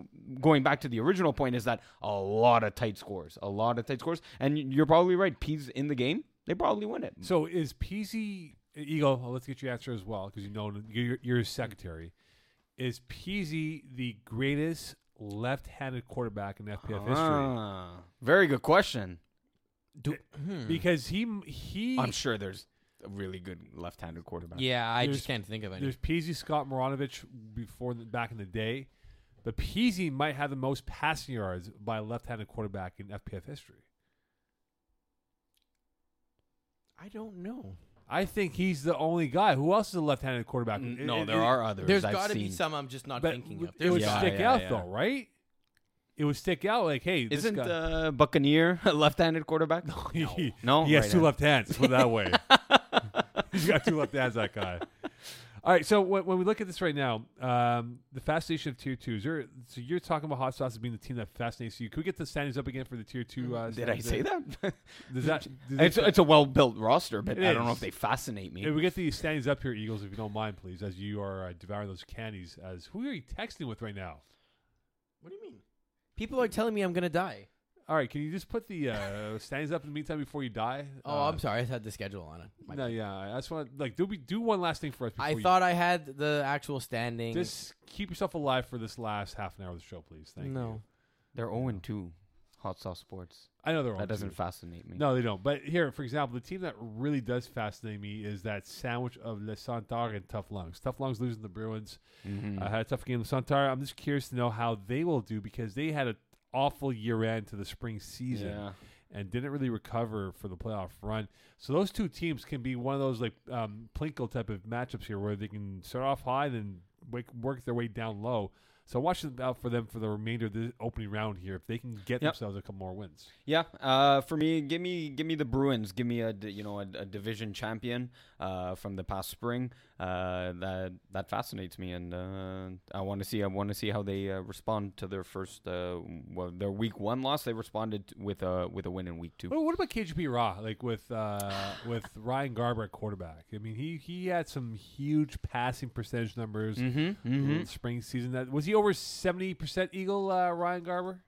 C: going back to the original point is that a lot of tight scores, a lot of tight scores, and you're probably right. P's in the game, they probably win it.
B: So is PZ Eagle? oh, Let's get your answer as well because you know you're, you're his secretary. Is PZ the greatest left-handed quarterback in FPF history?
C: Ah, very good question.
B: Eh,
C: hmm.
B: Because he he
C: I'm sure there's a really good left-handed quarterback.
A: Yeah, I
B: There's-
A: just can't think of any.
B: there's PZ Scott Moranovich before the, back in the day, but PZ might have the most passing yards by a left-handed quarterback in FPF history.
A: I don't know.
B: I think he's the only guy. Who else is a left-handed quarterback?
C: N-
B: It-
C: Uh, No,
B: it-
C: there
B: it-
C: are others.
A: There's
C: I've
A: got to be
C: seen.
A: some I'm just not
B: But
A: thinking of.
B: it
A: There's
B: would
A: gotta
B: stick
A: be.
C: Yeah,
B: out
C: yeah,
B: though, right? It would stick out like, hey, this
C: Isn't
B: guy-
C: uh, Buccaneer a left-handed quarterback?
B: he,
C: No?
B: he has
C: Right
B: two
C: on.
B: left hands. Put it that way, he's got two left hands. That guy. All right. So when, when we look at this right now, um, the fascination of tier two. Is there, so you're talking about hot sauce as being the team that fascinates you. Could we get the standings up again for the tier two? Uh,
C: Did I say that?
B: Does that? does
C: it's,
B: that-
C: it's a well-built roster, but
B: It
C: I don't know
B: is.
C: if they fascinate
B: Hey,
C: me.
B: we get the standings up here, Eagles, if you don't mind, please, as you are uh, devouring those candies. As who are you texting with right now?
A: What do you mean? People are telling me I'm gonna die.
B: All right, can you just put the uh, standings up in the meantime before you die?
A: Oh,
B: Uh,
A: I'm sorry. I had the schedule on it. My
B: No,
A: bad.
B: yeah, I just want like do we do one last thing for us. Before
A: I
B: you,
A: thought I had the actual standing.
B: just keep yourself alive for this last half an hour of the show, please. Thank
A: no.
B: you.
C: They're 0-2, Hot Sauce Sports.
B: I know they're on
C: That doesn't
B: two.
C: fascinate me.
B: No, they don't. But here, for example, the team that really does fascinate me is that sandwich of Le Santar and Tough Lungs. Tough Lungs losing the Bruins.
C: Mhm.
B: I had a tough game with Santar. I'm just curious to know how they will do because they had an awful year end to the spring season
C: yeah.
B: and didn't really recover for the playoff run. So those two teams can be one of those like um, Plinko type of matchups here where they can start off high then wake, work their way down low. So watch them out for them for the remainder of the opening round here if they can get
C: Yep.
B: themselves a couple more wins.
C: Yeah, uh, for me, give me give me the Bruins, give me a d- you know a, a division champion uh, from the past spring. Uh, that that fascinates me, and uh, I want to see I want to see how they uh, respond to their first uh, well their week one loss. They responded with a with a win in week two.
B: What, what about KGP Raw? Like with uh, with Ryan Garber at quarterback. I mean, he he had some huge passing percentage numbers.
C: Mm-hmm.
B: in Spring season that was he over seventy percent Eagle uh, Ryan Garber.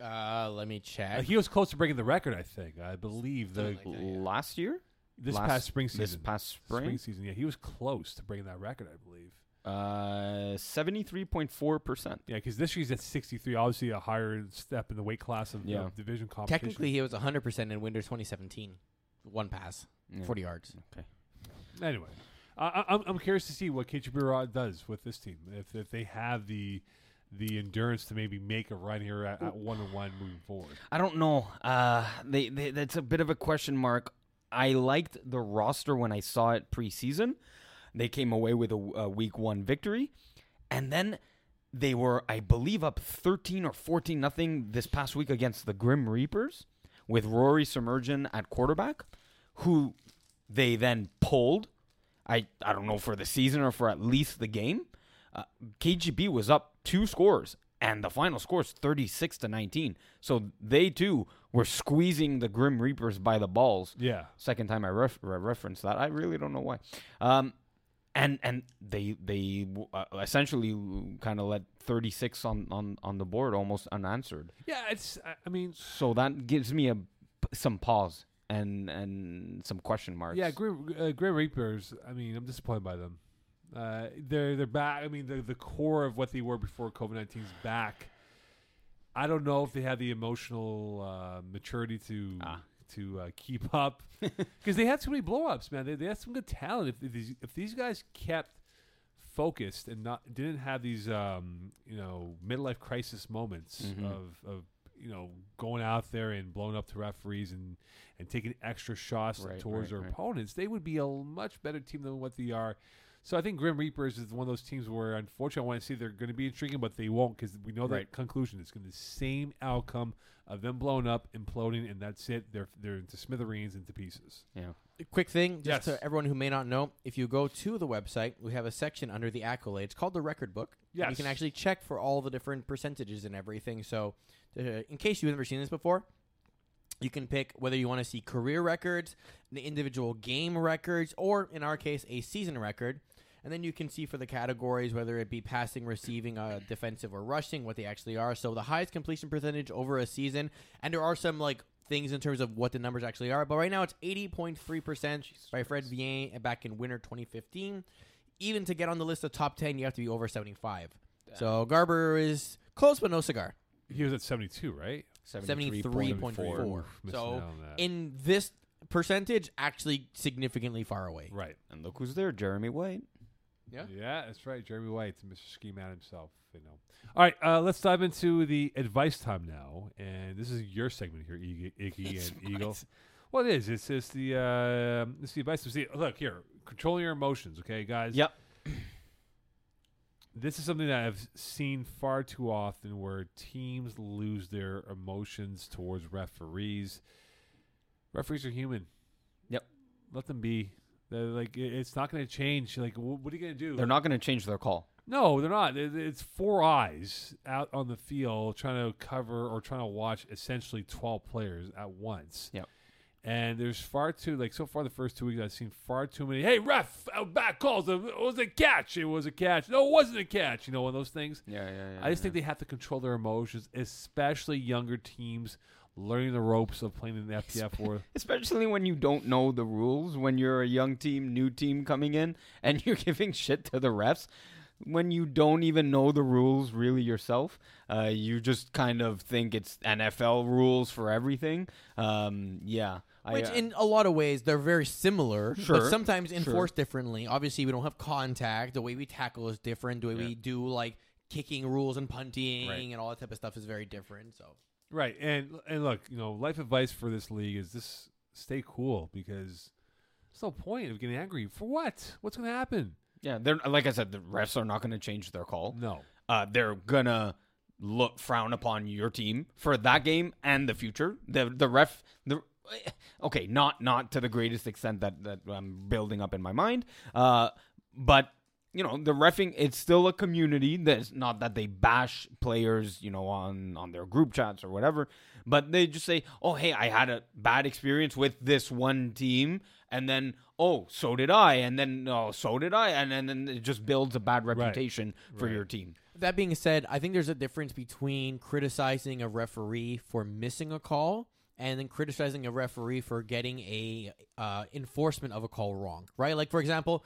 A: Uh, let me check.
B: Uh, he was close to breaking the record, I think. I believe the
A: Something like that, yeah.
C: Last year,
B: this
C: Last-
B: past spring season.
C: this past spring,
B: season, yeah, he was close to breaking that record, I believe.
C: uh, seventy three point four percent.
B: Yeah, because this year's at sixty three, obviously a higher step in the weight class of
C: Yeah.
B: the division competition.
A: Technically, he was 100% in winter 2017. One pass, 40 yards.
B: anyway. I, I- I'm, I'm curious to see what Kichibura does with this team. If, if they have the the endurance to maybe make a run here at, at one and one moving forward.
C: I don't know. Uh, they, they that's a bit of a question mark. I liked the roster when I saw it preseason. They came away with a, a week one victory, and then they were, I believe, up thirteen or fourteen nothing this past week against the Grim Reapers with Rory Submergent at quarterback, who they then pulled. I I don't know for the season or for at least the game. Uh, KGB was up two scores, and the final score is 36 to 19. So they too were squeezing the Grim Reapers by the balls.
B: Yeah.
C: Second time I ref- re- referenced that, I really don't know why. Um, and and they they uh, essentially kind of let 36 on, on on the board almost unanswered.
B: Yeah, it's I- I mean
C: So that gives me a some pause and and some question marks.
B: Yeah, Grim, uh, Grim Reapers. I mean, I'm disappointed by them. Uh, they're they're back. I mean, the the core of what they were before COVID 19's back. I don't know if they have the emotional uh, maturity to
C: Ah.
B: to uh, keep up because they had so many blowups, man. They, they had some good talent. If, if these if these guys kept focused and not didn't have these um, you know midlife crisis moments
C: Mhm.
B: of of you know going out there and blowing up to referees and and taking extra shots
C: Right,
B: towards
C: right,
B: their
C: right.
B: opponents, they would be a much better team than what they are. So I think Grim Reapers is one of those teams where, unfortunately, I want to see they're going to be intriguing, but they won't because we know the
C: Right.
B: conclusion. It's going to be the same outcome of them blown up, imploding, and that's it. They're they're into smithereens, into pieces.
C: Yeah.
A: quick thing, just
B: Yes.
A: to everyone who may not know, if you go to the website, we have a section under the accolades called the record book. and You
B: Yes.
A: can actually check for all the different percentages and everything. So, uh, in case you've never seen this before, you can pick whether you want to see career records, the individual game records, or in our case, a season record. And then you can see for the categories whether it be passing, receiving, uh, defensive, or rushing, what they actually are. So the highest completion percentage over a season, and there are some like things in terms of what the numbers actually are. But right now it's eighty point three percent by Fred Vien back in winter twenty fifteen. Even to get on the list of top ten, you have to be over seventy five. So Garber is close, but no cigar.
B: He was at 72, right?
A: 73.4.
B: Oof, missing out
A: So
B: on that.
A: in this percentage, actually significantly far away.
B: Right.
C: And look who's there, Jeremy White.
A: Yeah.
B: Yeah, that's right. Jeremy White, Mr. Ski Man himself. You know. All right, uh, let's dive into the advice time now, and this is your segment here, Iggy, Iggy and Eagle. Well, it is. It's it's the uh, it's the advice. See, look here, controlling your emotions, okay, guys.
C: Yep.
B: This is something that I've seen far too often, where teams lose their emotions towards referees. Referees are human.
C: Yep.
B: Let them be. They're like it- it's not going to change. Like, wh- what are you going to do?
C: They're not going to change their call.
B: No, they're not. It- It's four eyes out on the field trying to cover or trying to watch essentially 12 players at once.
C: Yep.
B: And there's far too, like so far the first two weeks, I've seen far too many, hey, ref, out back calls. It was a catch. It was a catch. No, it wasn't a catch. You know, one of those things.
C: Yeah, yeah,
B: I just think they have to control their emotions, especially younger teams learning the ropes of playing in the FPF or.
C: Especially when you don't know the rules, when you're a young team, new team coming in, and you're giving shit to the refs. When you don't even know the rules really yourself, uh, you just kind of think it's NFL rules for everything. Um, yeah.
A: Which,
C: I, uh,
A: in a lot of ways, they're very similar,
C: Sure,
A: but sometimes
C: sure.
A: enforced differently. Obviously, we don't have contact. The way we tackle is different. The way we do like kicking rules and punting
B: Right.
A: and all that type of stuff is very different. So
B: Right, and and look, you know, life advice for this league is just stay cool because there's no point of getting angry for what? What's going to happen?
C: yeah, they're like I said, the refs are not going to change their call.
B: No,
C: uh, they're gonna look frown upon your team for that game and the future. The the ref the eh, okay, not not to the greatest extent that that I'm building up in my mind, uh, but. You know the refing; it's still a community. That's not that they bash players, you know, on on their group chats or whatever, but they just say, "Oh, hey, I had a bad experience with this one team," and then, "Oh, so did I," and then, "Oh, so did I," and then, then it just builds a bad reputation for your team.
A: that being said, I think there's a difference between criticizing a referee for missing a call and then criticizing a referee for getting a uh, enforcement of a call wrong. Right? Like for example,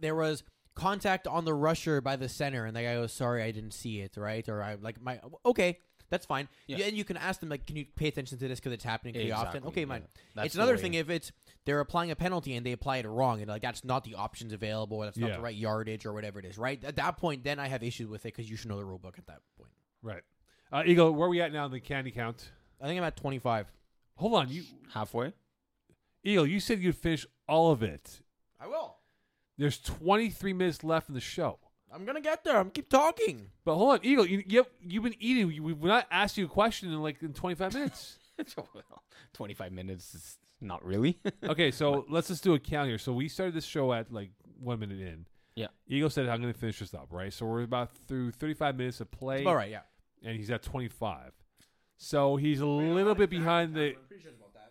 A: there was contact on the rusher by the center, and the guy goes, "Sorry, I didn't see it." Right? Or I like my okay. That's fine.
C: Yeah.
A: Yeah. And you can ask them, like, can you pay attention to this because it's happening pretty often?
C: Exactly,
A: Okay,
C: yeah.
A: mine.
C: That's
A: it's
C: the
A: another
C: way.
A: thing if it's they're applying a penalty and they apply it wrong and like that's not the options available that's not
B: Yeah.
A: the right yardage or whatever it is right at that point then i have issues with it because you should know the rule book at that point
B: right. Uh, Eagle, where are we at now in the candy count?
A: i think i'm at 25
B: Hold on, you
C: halfway.
B: Eagle, you said you'd finish all of it.
A: i will
B: There's 23 minutes left in the show,
A: i'm gonna get there i'm keep talking
B: but hold on, Eagle, you you have, you've been eating. We- We've not asked you a question in like in 25 minutes.
C: Twenty-five minutes is not really.
B: okay, so let's just do a count here. So we started this show at like one minute in.
C: Yeah.
B: Eagle said, "I'm going to finish this up." Right, so we're about through 35 minutes of play.
A: all right yeah
B: and he's at 25. So he's a little bit behind the.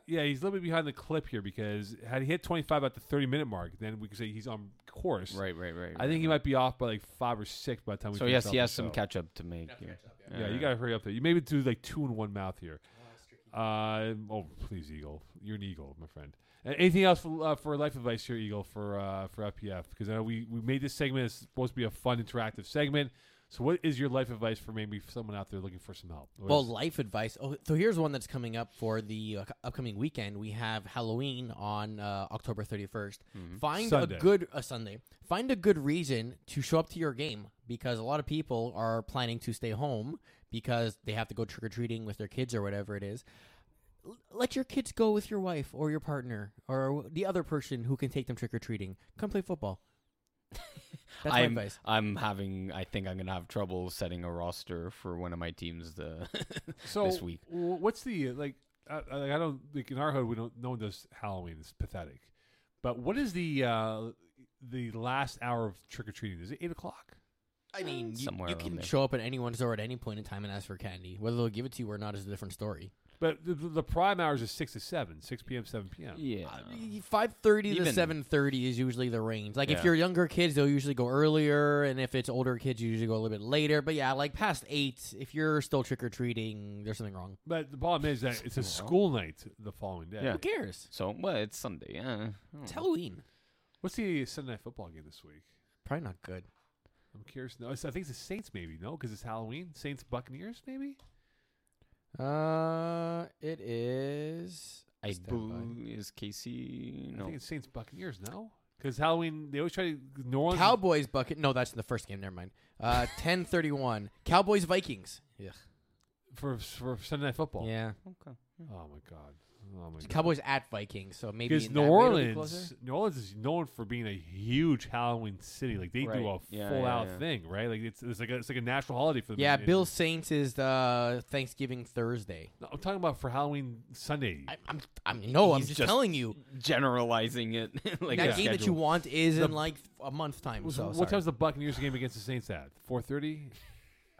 B: Yeah, he's a little bit behind the clip here because had he hit 25 at the 30 minute mark, then we could say he's on course.
C: right, right, right.
B: I think he might be off by like five or six by the time we.
C: so.
B: finish
C: Yes,
B: up
C: he
B: the
C: has some
B: show.
C: catch up to make. here.
B: Yeah, you gotta hurry up there. You maybe do like two in one mouth here. Uh, oh, please, Eagle. You're an Eagle, my friend. And anything else for, uh, for life advice here, Eagle, for uh, for FPF? Because I know we, we made this segment. It's supposed to be a fun, interactive segment. So, what is your life advice for maybe someone out there looking for some help? What
A: well
B: is-
A: life advice oh so here's one that's coming up for the uh, upcoming weekend we have halloween on uh, october 31st find
B: Sunday.
A: a good a sunday find a good reason to show up to your game because a lot of people are planning to stay home because they have to go trick-or-treating with their kids or whatever it is L- let your kids go with your wife or your partner or the other person who can take them trick-or-treating come play football that's my
C: I'm,
A: advice
C: I'm having. I think I'm gonna have trouble setting a roster for one of my teams. The
B: so
C: this week.
B: w- what's the uh, like? I, I I don't like in our hood. We don't. No one does Halloween. It's pathetic. But what is the uh, the last hour of trick or treating? Is it eight o'clock?
A: I mean, you,
C: Somewhere
A: you
C: around
A: can
C: there.
A: show up at anyone's door at any point in time and ask for candy. Whether they'll give it to you or not is a different story.
B: But the, the the prime hours is six to seven, six p.m., seven p.m.
C: Yeah.
A: Five thirty to
C: Even-
A: seven thirty is usually the range. Like if
C: Yeah.
A: you're younger kids, they'll usually go earlier, and if it's older kids, you usually go a little bit later. But yeah, like past eight, if you're still trick or treating, there's something wrong.
B: But the problem is that it's a school night the following day.
C: Yeah.
A: Who cares?
C: So well, it's Sunday. Yeah. Oh. I don't
A: It's
C: know.
A: Halloween.
B: What's the Sunday night football game this week?
A: Probably not good.
B: I'm curious. No, I think it's the Saints. Maybe no, because it's Halloween. Saints Buccaneers. Maybe.
A: Uh, it is.
C: I
A: Stand by.
C: boo is Casey.
B: I
C: No.
B: think it's Saints Buccanews now because Halloween they always try to New Orleans.
A: Cowboys bucket. No, that's in the first game. Never mind. Uh, ten thirty one. Cowboys Vikings. Yeah.
B: for for Sunday Night Football.
A: Yeah.
C: Okay.
B: Oh my god. Oh my god.
A: Cowboys at Vikings. So maybe
B: because
A: in
B: New
A: that way it'll be closer.
B: Orleans, New Orleans is known for being a huge Halloween city. Like they do a
C: Right. Yeah,
B: full
C: yeah,
B: out
C: yeah.
B: thing, right? Like it's, it's like a, it's like a national holiday for them.
A: Yeah,
B: in-
A: Bill Saints is the Thanksgiving Thursday.
B: No, I'm talking about for Halloween Sunday.
A: I, I'm, I'm no, I'm
C: He's
A: just,
C: just-
A: telling you
C: Generalizing it like
A: that
C: a
B: yeah.
A: game that you
C: schedule.
A: want is in
B: The-
A: like a month time.
B: Was-
A: So
B: what
A: sorry.
B: time's the Buccaneers game against the Saints at? Four thirty.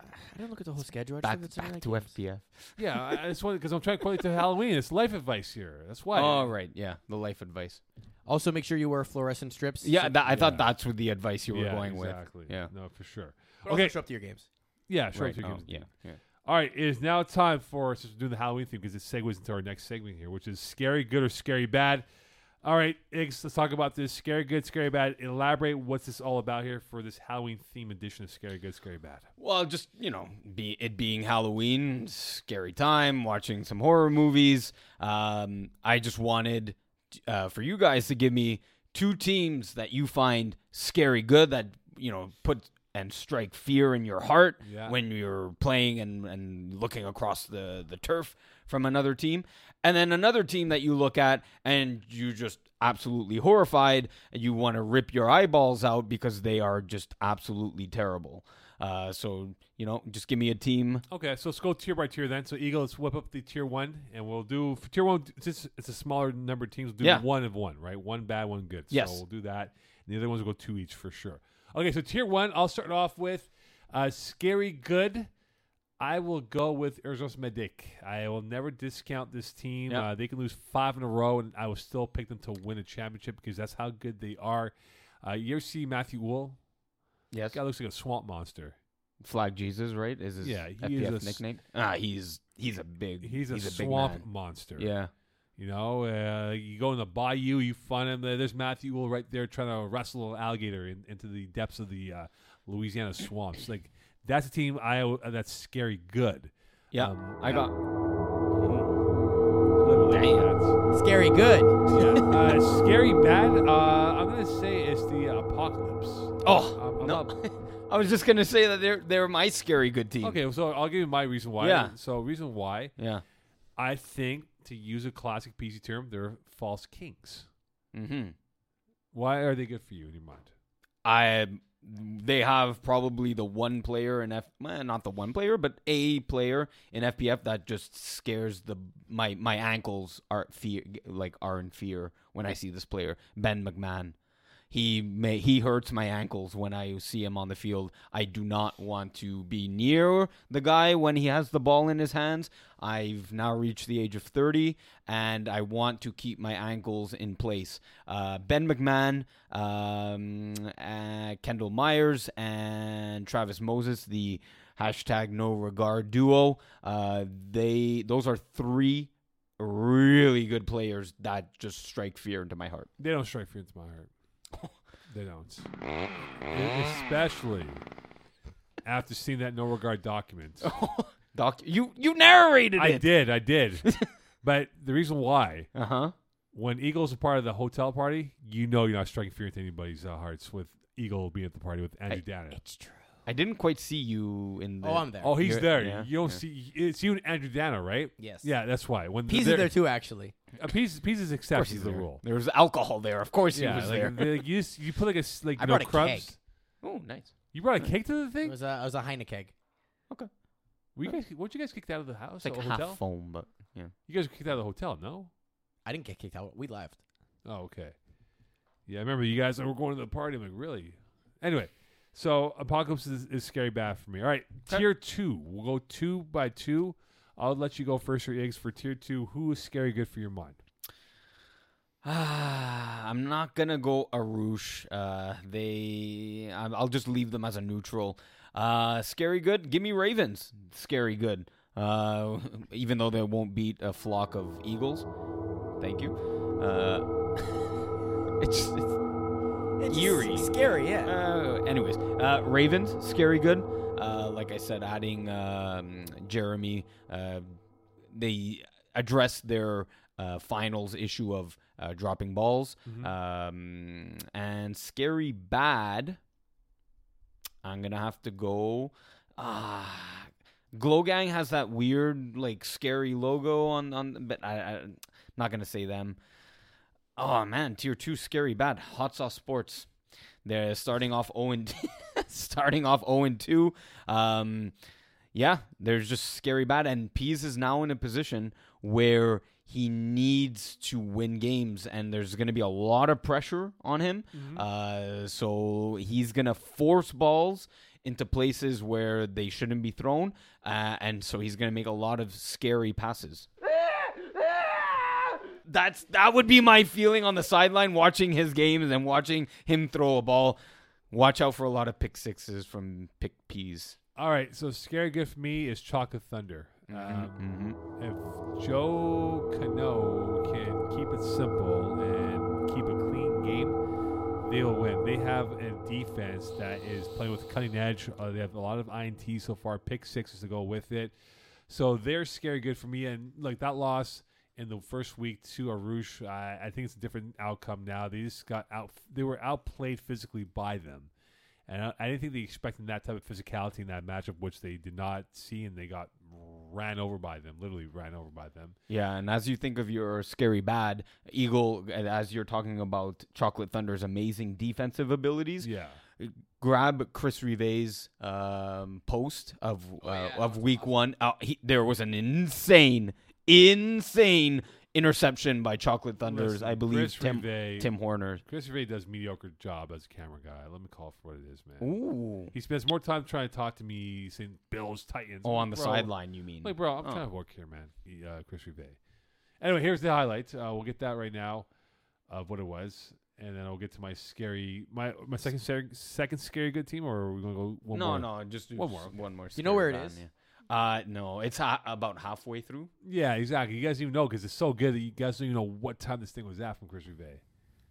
A: I didn't look at the whole schedule. I just
C: back
A: looked at some
C: back
A: of
C: to
A: the games.
C: FPF.
B: Yeah, I, I just wanted because I'm trying to correlate to Halloween. It's life advice here. That's why.
C: Oh right, yeah, the life advice.
A: Also, make sure you wear fluorescent strips.
C: Yeah, that, I
B: yeah.
C: thought that's what the advice you were
B: yeah,
C: going
B: exactly.
C: with. Yeah.
B: no, for sure.
A: okay.
B: Okay.
A: Show up to your games.
B: Yeah, sure.
C: Right.
B: two
C: Oh,
B: games.
C: yeah. Yeah.
B: All right, it is now time for us to do the Halloween theme because it segues into our next segment here, which is scary good or scary bad. All right, Iggs, let's talk about this scary good, scary bad. Elaborate what's this all about here for this Halloween theme edition of scary good, scary bad.
C: Well, just you know, be it being Halloween, scary time, watching some horror movies. Um, I just wanted uh, for you guys to give me two teams that you find scary good that you know put and strike fear in your heart
B: Yeah.
C: when you're playing and, and looking across the, the turf from another team and then another team that you look at and you just absolutely horrified and you want to rip your eyeballs out because they are just absolutely terrible uh, so you know just give me a team
B: Okay, so let's go tier by tier then. So Eagle, let's whip up the tier one, and we'll do for tier one. Since it's a smaller number of teams, we'll do
C: Yeah.
B: one of one, right? One bad, one good.
C: Yes.
B: So we'll do that. And the other ones will go two each for sure. Okay, so tier one, I'll start off with uh, scary good. I will go with Erzos Medic. I will never discount this team.
C: Yep.
B: Uh, they can lose five in a row, and I will still pick them to win a championship because that's how good they are. Uh, you ever see Matthew Wool?
C: yes
B: Guy looks like a swamp monster.
C: flag jesus right is his
B: Yeah, he
C: FPF
B: is a s-
C: nickname ah he's he's a big
B: He's a,
C: big
B: swamp
C: man.
B: monster.
C: yeah
B: You know, uh, you go in the bayou, you find him there. There's Matthew Wool right there trying to wrestle an alligator in, into the depths of the uh, Louisiana swamps. Like that's a team I uh, that's scary good.
C: yeah
B: Um, oh.
C: i got
B: Damn.
A: Scary good.
B: uh, scary bad. Uh, I'm gonna say it's the apocalypse.
C: Oh
B: Um, I'm
C: no! I was just gonna say that they're they're my scary good team.
B: Okay, so I'll give you my reason why.
C: Yeah.
B: So reason why
C: Yeah.
B: I think to use a classic PC term, they're false kings.
C: Mm-hmm.
B: Why are they good for you in your mind?
C: I they have probably the one player in F eh, not the one player but a player in FPF that just scares the my my ankles are fear like are in fear when I see this player Ben McMahon. He may he hurts my ankles when I see him on the field. I do not want to be near the guy when he has the ball in his hands. I've now reached the age of thirty, and I want to keep my ankles in place. Uh, ben McMahon, um, uh, Kendall Myers, and Travis Moses, the hashtag No Regard duo. Uh, they those are three really good players that just strike fear into my heart.
B: They don't strike fear into my heart. they don't. And Especially after seeing that no regard document.
C: Doc, you Oh, you narrated
B: I
C: it.
B: did, I did. but the reason why,
C: Uh huh.
B: when Eagles are part of the hotel party, you know you're not striking fear into anybody's uh, hearts with Eagle being at the party with Andrew Dana.
A: It's true.
C: I didn't quite see you in the.
A: Oh, I'm there.
B: Oh, he's
C: You're-
B: there.
C: yeah,
B: you don't
C: yeah.
B: see. It's you and Andrew Dana, right?
A: Yes.
B: Yeah, that's why. When
A: He's
B: they're-
A: in there too, actually.
B: uh, Pease, Pease is
C: Of course
B: exception
C: he's
B: to the
C: there.
B: rule.
C: There was alcohol there. Of course he
B: yeah,
C: was
B: like,
C: there.
B: they- you just you put like a s- like
A: I
B: no
A: brought a
B: crumbs.
A: keg.
C: oh, nice.
B: You brought a cake to the
A: It
B: thing.
A: was a, it was a Heineken.
B: Were you guys? Weren't you guys kicked out of the house?
C: It's like
B: or
C: half
B: hotel?
C: foam, but yeah.
B: You guys were kicked out of the hotel, no?
A: I didn't get kicked out. We left.
B: Oh, okay. Yeah, I remember you guys were going to the party. I'm like, really? Anyway, so Apocalypse is, is scary bad for me. All right, tier two. We'll go two by two. I'll let you go first for eggs for tier two. Who is scary good for your mind?
C: Ah, I'm not gonna go Arush. Uh, they, I'm- I'll just leave them as a neutral. Uh, scary good. Give me Ravens. Scary good. Uh, even though they won't beat a flock of eagles. Thank you. Uh, it's, it's
E: It's
C: Eerie.
E: Scary, yeah.
C: uh, anyways, uh, Ravens, scary good. Uh, like I said, adding um, Jeremy, uh, they addressed their uh, finals issue of uh, dropping balls. Um, and scary bad. I'm gonna have to go. Ah, Glowgang has that weird, like, scary logo on on. But I, I, I'm not gonna say them. Oh man, tier two, scary bad. Hot sauce sports. They're starting off 0 and starting off 0 and 2. Um, yeah, they're just scary bad. And Pease is now in a position where he needs to win games, and there's going to be a lot of pressure on him. Uh, so he's going to force balls into places where they shouldn't be thrown, uh, and so he's going to make a lot of scary passes. That's that would be my feeling on the sideline watching his games and watching him throw a ball. Watch out for a lot of pick sixes from pick peas.
B: All right, so scary good for me is Chocolate Thunder. Um, if Joe Cano can keep it simple and keep a clean game, they'll win. They have a defense that is playing with cutting edge. Uh, they have a lot of INT so far, pick sixes to go with it. So they're scary good for me. And like that loss in the first week to Arush, I, I think it's a different outcome now. They just got out. They were outplayed physically by them. And I, I didn't think they expected that type of physicality in that matchup, which they did not see, and they got ran over by them, literally ran over by them.
C: Yeah, and as you think of your scary bad eagle, and as you're talking about Chocolate Thunder's amazing defensive abilities,
B: Yeah.
C: grab Chris Rive's um, post of
B: Oh,
C: uh, of week one. Uh, he, there was an insane, insane interception by Chocolate Thunders.
B: Listen,
C: I believe
B: Chris
C: Tim
B: Rive-
C: Tim Horner.
B: Chris Ray does mediocre job as a camera guy. Let me call it for what it is, man.
C: Ooh,
B: He spends more time trying to talk to me saying Bills, Titans.
C: oh,
B: I'm
C: on the
B: like, "Bro,
C: sideline, Oh. you mean?
B: Like, bro, I'm trying to work here, man. He, uh, Chris Rive. Anyway, here's the highlights. Uh, we'll get that right now of what it was, and then I'll get to my scary, my my second scary, second scary good team, or are we gonna go one
C: no,
B: more?
C: no, just do
B: One
C: one more.
B: more, okay.
C: One more.
A: You know
C: scary
A: where it
C: bad,
A: is?
C: yeah. Uh, no, it's ha- about halfway through.
B: Yeah, exactly. You guys even know because it's so good that you guys don't even know what time this thing was at from Chris Rive.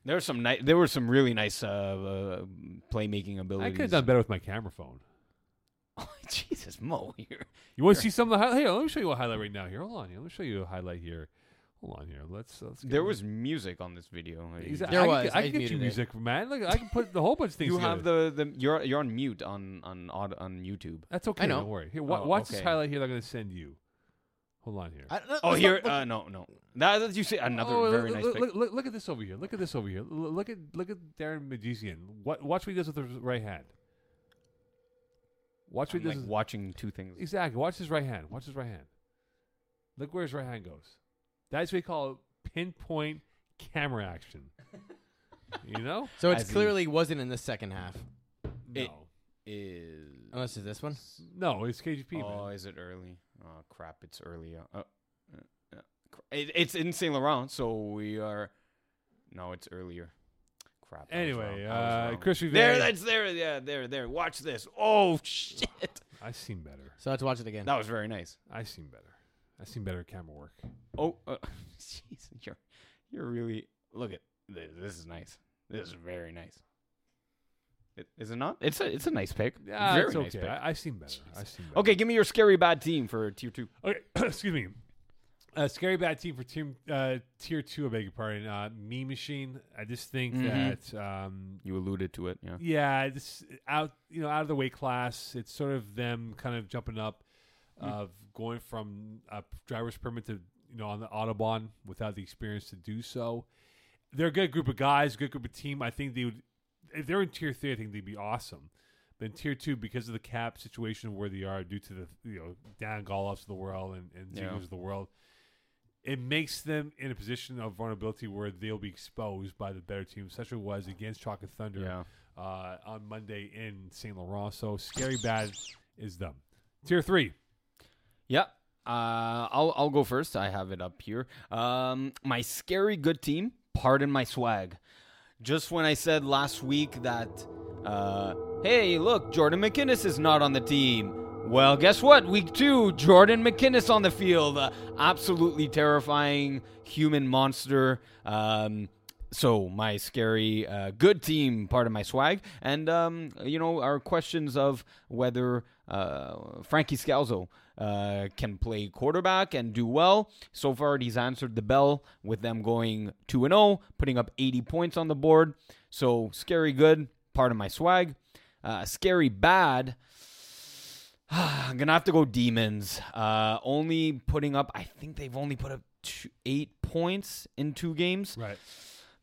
C: There were some nice. There were some really nice uh, uh, playmaking
B: I
C: abilities.
B: could have done better with my camera phone.
C: Jesus, Mo, you're
B: You want to see some of the highlight? Here, let me show you a highlight right now. Here, hold on. Here, let me show you a highlight here. Hold on here. Let's. let's get
C: There
B: my-
C: was music on this video.
B: Exactly.
A: There
B: I
A: was.
B: Can, get- I
A: I
B: can get
A: muted
B: you
A: it.
B: music, man. Look, I can put the whole bunch of things.
C: You have
B: together.
C: the, the you're you're on mute on on on, on YouTube.
B: That's okay.
A: I know.
B: Don't worry. Here, wa-
C: Oh,
B: watch this
C: okay.
B: highlight here. They're going to send you. Hold on here.
A: I, no,
C: Oh,
A: let's
C: here,
A: not look-
C: uh, no, no. That, that you see another
B: Oh,
C: very
B: look,
C: nice.
B: look,
C: pic.
B: look, look, look at this over here. Look at this over here. L- Look at look at Darren Magician. What watch what he does with his right hand. Watch what he
C: I'm,
B: does.
C: like,
B: with-
C: watching two things.
B: Exactly. Watch his right hand. Watch his right hand. Look where his right hand goes. That's what we call pinpoint camera action. you know?
A: so it's
C: As in-
A: clearly wasn't in the second half,
C: It-
B: no.
C: Is
A: unless it's this one.
B: No, it's KGP. man.
C: oh, is it early? Oh crap, it's early. Uh, uh, uh, cr- it, it's in Saint Laurent, so we are. No, it's earlier. Crap. I was
B: Anyway,
C: wrong, I was
B: uh,
C: wrong.
B: Chris Rivera.
C: There, that's there. Yeah, there, there. Watch this. Oh shit,
B: I seen better.
A: So let's watch it again.
C: that was very nice.
B: I seen better. I seen better camera work.
C: Oh, uh, jeez, you're you're really look at this. This is nice. This is very nice. It, is it not? It's a it's a nice pick.
B: Yeah,
C: very
B: Ah, it's
C: nice
B: okay.
C: pick.
B: I, I seen better. I seen better.
C: okay, give me your scary bad team for tier two.
B: Okay, excuse me. Uh, scary bad team for team uh, tier two. I beg your pardon. Uh, me machine. I just think
C: Mhm.
B: that um,
C: You alluded to it. Yeah.
B: yeah, this out you know out of the weight class. It's sort of them kind of jumping up, of going from a driver's permit to you know on the autobahn without the experience to do so. They're a good group of guys, good group of team. I think they would if they're in tier three. I think they'd be awesome. But in tier two, because of the cap situation where they are due to the you know Dan Golloffs of the world and and
C: Yeah.
B: Zegers of the world, it makes them in a position of vulnerability where they'll be exposed by the better team, such as it was against Chalk and Thunder
C: Yeah.
B: uh, on Monday in St. Laurent. So scary bad is them. Tier three.
C: Yeah. Uh, I'll I'll go first. I have it up here. Um, my scary good team. Pardon my swag. Just when I said last week that, uh, hey, look, Jordan McInnes is not on the team. Well, guess what? Week two, Jordan McInnes on the field. Uh, absolutely terrifying human monster. Um, so my scary uh, good team part of my swag and um, you know our questions of whether uh, frankie scalzo uh, can play quarterback and do well so far he's answered the bell with them going 2-0 putting up 80 points on the board so scary good part of my swag uh, scary bad I'm gonna have to go demons. Uh, only putting up, I think they've only put up two, eight points in two games.
B: Right.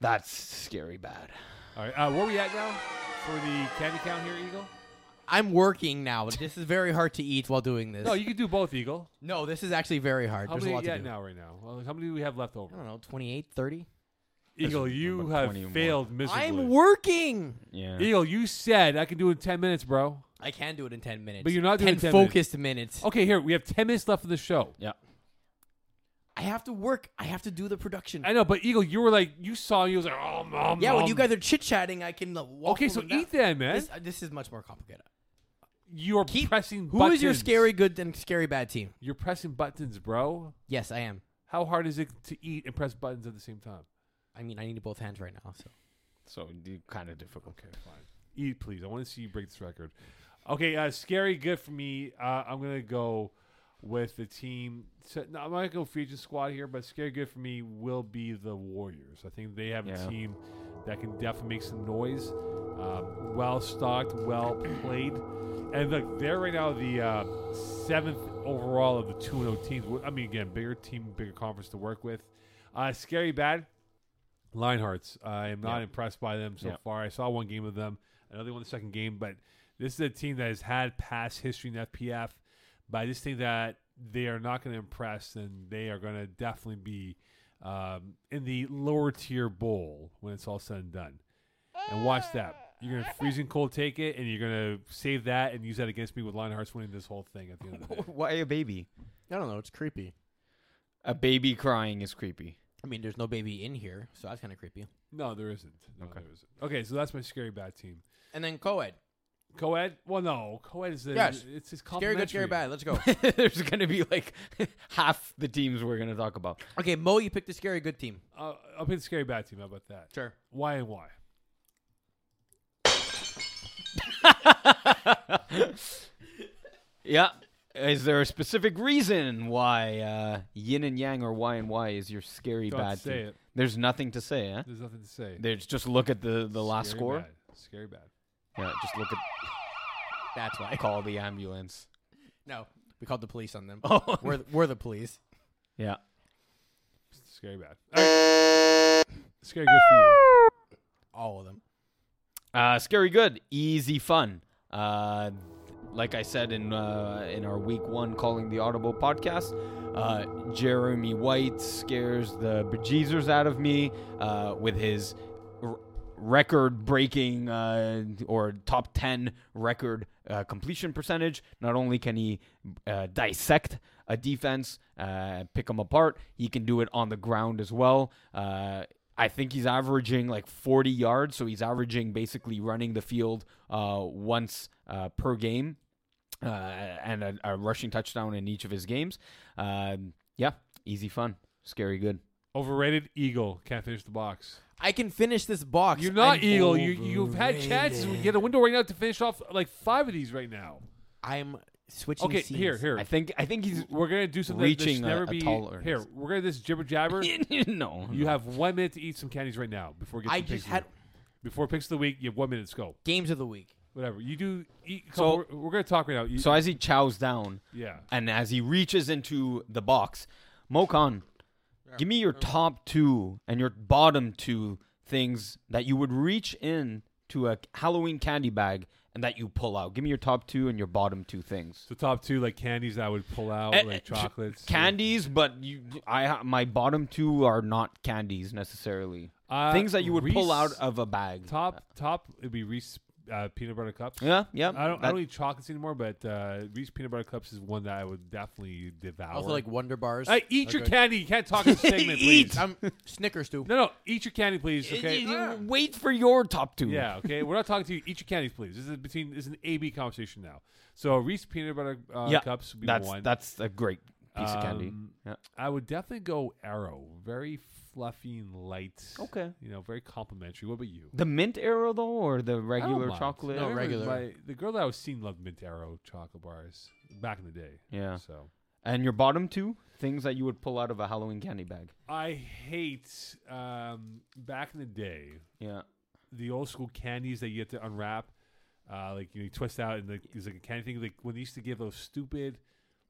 C: That's scary bad.
B: All right. Uh, where are we at now for the candy count here, Eagle?
A: I'm working now. This is very hard to eat while doing this.
B: No, you can do both, Eagle.
A: No, this is actually very hard.
B: How
A: There's a
B: many
A: lot
B: you
A: to
B: at
A: do.
B: now, right now? Well, how many do we have left
A: I
B: over?
A: don't know, 28, 30?
B: Eagle, you
C: about
B: have
C: 20 more.
B: failed miserably.
A: I'm working.
C: Yeah.
B: Eagle, you said I can do it in 10 minutes, bro.
A: I can do it in 10 minutes.
B: But you're not
A: 10,
B: doing it in 10 minutes. Oh.
A: focused minutes.
B: Okay, here, we have 10 minutes left of the show.
C: yeah.
A: I have to work. I have to do the production.
B: I know, but Eagle, you were like, you saw, you was like, oh, mom.
A: yeah, when
B: mom."
A: you guys are chit chatting, I can uh, walk.
B: Okay, so
A: over
B: eat
A: that.
B: that, man.
A: This, uh, this is much more complicated.
B: You're
A: Keep-
B: pressing
A: Who
B: buttons.
A: is your scary good and scary bad team?
B: You're pressing buttons, bro.
A: Yes, I am.
B: How hard is it to eat and press buttons at the same time?
A: I mean, I need both hands right now. So
C: So kind of difficult.
B: Okay, fine. Eat, E, please. I want to see you break this record. Okay, uh, scary good for me. Uh, I'm gonna go with the team. So, no, I'm not gonna go free agent squad here, but scary good for me will be the Warriors. I think they have
C: Yeah.
B: a team that can definitely make some noise. Um, well stocked, well played, and look, they're right now the uh, seventh overall of the two and zero teams. Wh- I mean, again, bigger team, bigger conference to work with. Uh, scary bad. Linehearts. I am not
C: Yeah.
B: impressed by them so
C: Yeah.
B: far. I saw one game of them. I know they won the second game, but this is a team that has had past history in FPF. But I just think that they are not going to impress, and they are going to definitely be um, in the lower tier bowl when it's all said and done. And watch that. You're going to freezing cold take it, and you're going to save that and use that against me with Linehearts winning this whole thing at the end of the day.
C: Why a baby?
A: I don't know. It's creepy.
C: A baby crying is creepy.
A: I mean, there's no baby in here, so that's kind of creepy.
B: No, there isn't. No,
C: Okay.
B: there isn't. Okay, so that's my scary bad team.
A: And then co-ed.
B: Coed? Well, no. Coed is the
A: Yes.
B: it's his
A: Scary good, scary
B: complimentary.
A: bad. Let's go.
C: There's gonna be like half the teams we're gonna talk about.
A: okay, Mo, you picked the scary good team.
B: Uh, I'll pick the scary bad team. How about that?
A: Sure.
B: Why and why?
C: Yeah. Is there a specific reason why uh, Yin and Yang or Y and Y is your scary
B: Don't
C: bad
B: say
C: team?
B: it.
C: There's nothing to say, eh?
B: There's nothing to say.
C: There's just look at the the last
B: Scary
C: score.
B: bad. Scary bad.
C: Yeah, just look at
A: That's why.
C: call the ambulance.
A: No, we called the police on them.
C: Oh.
A: we're the, we're the police.
C: Yeah.
B: Scary bad. All right. Scary good for you.
A: All of them.
C: Uh, scary good, easy fun. Uh, like I said in uh, in our week one calling the Audible podcast, uh, Jeremy White scares the bejesus out of me uh, with his r- record-breaking uh, or top ten record uh, completion percentage. Not only can he uh, dissect a defense, uh, pick them apart, he can do it on the ground as well. Uh, I think he's averaging like 40 yards, so he's averaging basically running the field uh, once uh, per game, uh, and a, a rushing touchdown in each of his games. Um, yeah, easy fun, scary good.
B: Overrated Eagle. Can't finish the box.
A: I can finish this box.
B: You're not
A: I'm
B: Eagle. You, you've had
A: overrated.
B: chances. We get a window right now to finish off like five of these right now.
A: I'm switching.
B: Okay,
A: scenes.
B: here, here.
C: I think I think he's
B: we're gonna do something that
C: reaching
B: should
C: a-
B: never
C: a
B: be
C: tolerance.
B: here. We're gonna this jibber jabber.
C: no.
B: you have one minute to eat some candies right now before we get.
A: I
B: to picks
A: just
B: of the
A: had
B: week. before picks of the week. You have one minute. Let's go.
A: games of the week.
B: Whatever you do. Eat,
C: So-
B: we're, we're gonna talk right now. You-
C: So as he chows down,
B: yeah.
C: and as he reaches into the box, Mokan, give me your top two and your bottom two things that you would reach in to a Halloween candy bag, and and that you pull out. Give me your top two and your bottom two things.
B: The top two like candies that I would pull out,
C: Eh, eh,
B: like
C: tr-
B: chocolates.
C: Candies, but you, I, ha- my bottom two are not candies necessarily.
B: Uh,
C: Things that you would pull out
B: Reese-
C: of a bag.
B: Top top would be Reese uh, peanut butter cups.
C: Yeah, yeah.
B: I don't I
C: that-
B: don't eat chocolates anymore, but uh, Reese peanut butter cups is one that I would definitely devour.
A: Also, like Wonder Bars.
B: Hey, eat
A: are
B: your
A: good.
B: candy. You can't talk in this segment, please.
A: I'm Snickers too.
B: No, no, eat your candy, please. Okay.
C: You- you Wait for your top two.
B: Yeah, okay. We're not talking to you. Eat your candies, please. This is between. This is an AB conversation now. So Reese peanut butter uh,
C: Yeah,
B: cups would be
C: that's
B: one.
C: that's a great piece of candy.
B: Um,
C: Yeah.
B: I would definitely go Arrow. Very fluffy and light.
C: Okay.
B: You know, very complimentary. What about you? Oh
C: The mint arrow though, or the
B: I don't
C: regular
B: mind.
C: chocolate?
B: I
A: No,
B: remember
A: regular.
B: My, the girl that I was seeing loved Mint Arrow chocolate bars back in the day.
C: Yeah.
B: So
C: And your bottom two things that you would pull out of a Halloween candy bag.
B: I hate um, back in the day
C: Yeah.
B: the old school candies that you have to unwrap. Uh, like you, know, you twist out and like, there's like a candy thing. Like when they used to give those stupid,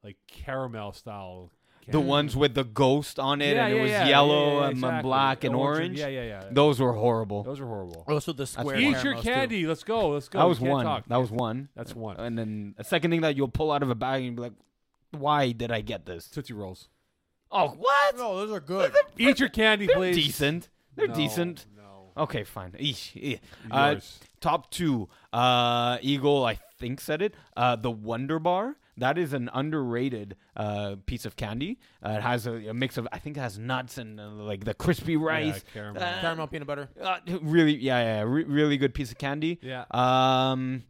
B: like caramel style.
C: The
B: candy-
C: ones with the ghost on it
B: Yeah,
C: and it
B: yeah,
C: was
B: yeah,
C: yellow
B: yeah, yeah,
C: and
B: exactly.
C: black and orange.
B: Yeah, yeah, yeah.
C: Those were horrible.
B: Those are horrible.
A: Also, the square.
B: Eat your
A: caramels, too.
B: candy. Let's go. Let's go.
C: That
B: We
C: was
B: can't
C: one.
B: talk.
C: That was one.
B: That's one.
C: And then a second thing that you'll pull out of a bag and be like, "Why did I get this?"
B: Tootsie Rolls.
C: Oh, what?
A: No, those are good.
B: Eat your candy,
C: They're
B: please.
C: decent. They're
B: No,
C: decent.
B: No.
C: Okay, fine. Eesh, eh. Uh,
B: Yours.
C: top two. Uh, Eagle, I think said it. Uh, the Wonder Bar. That is an underrated uh, piece of candy. Uh, it has a, a mix of, I think it has nuts and uh, like the crispy rice.
B: caramel.
C: Uh,
A: Caramel peanut butter.
C: uh, really, yeah, yeah, re- really good piece of candy.
B: Yeah.
C: Um,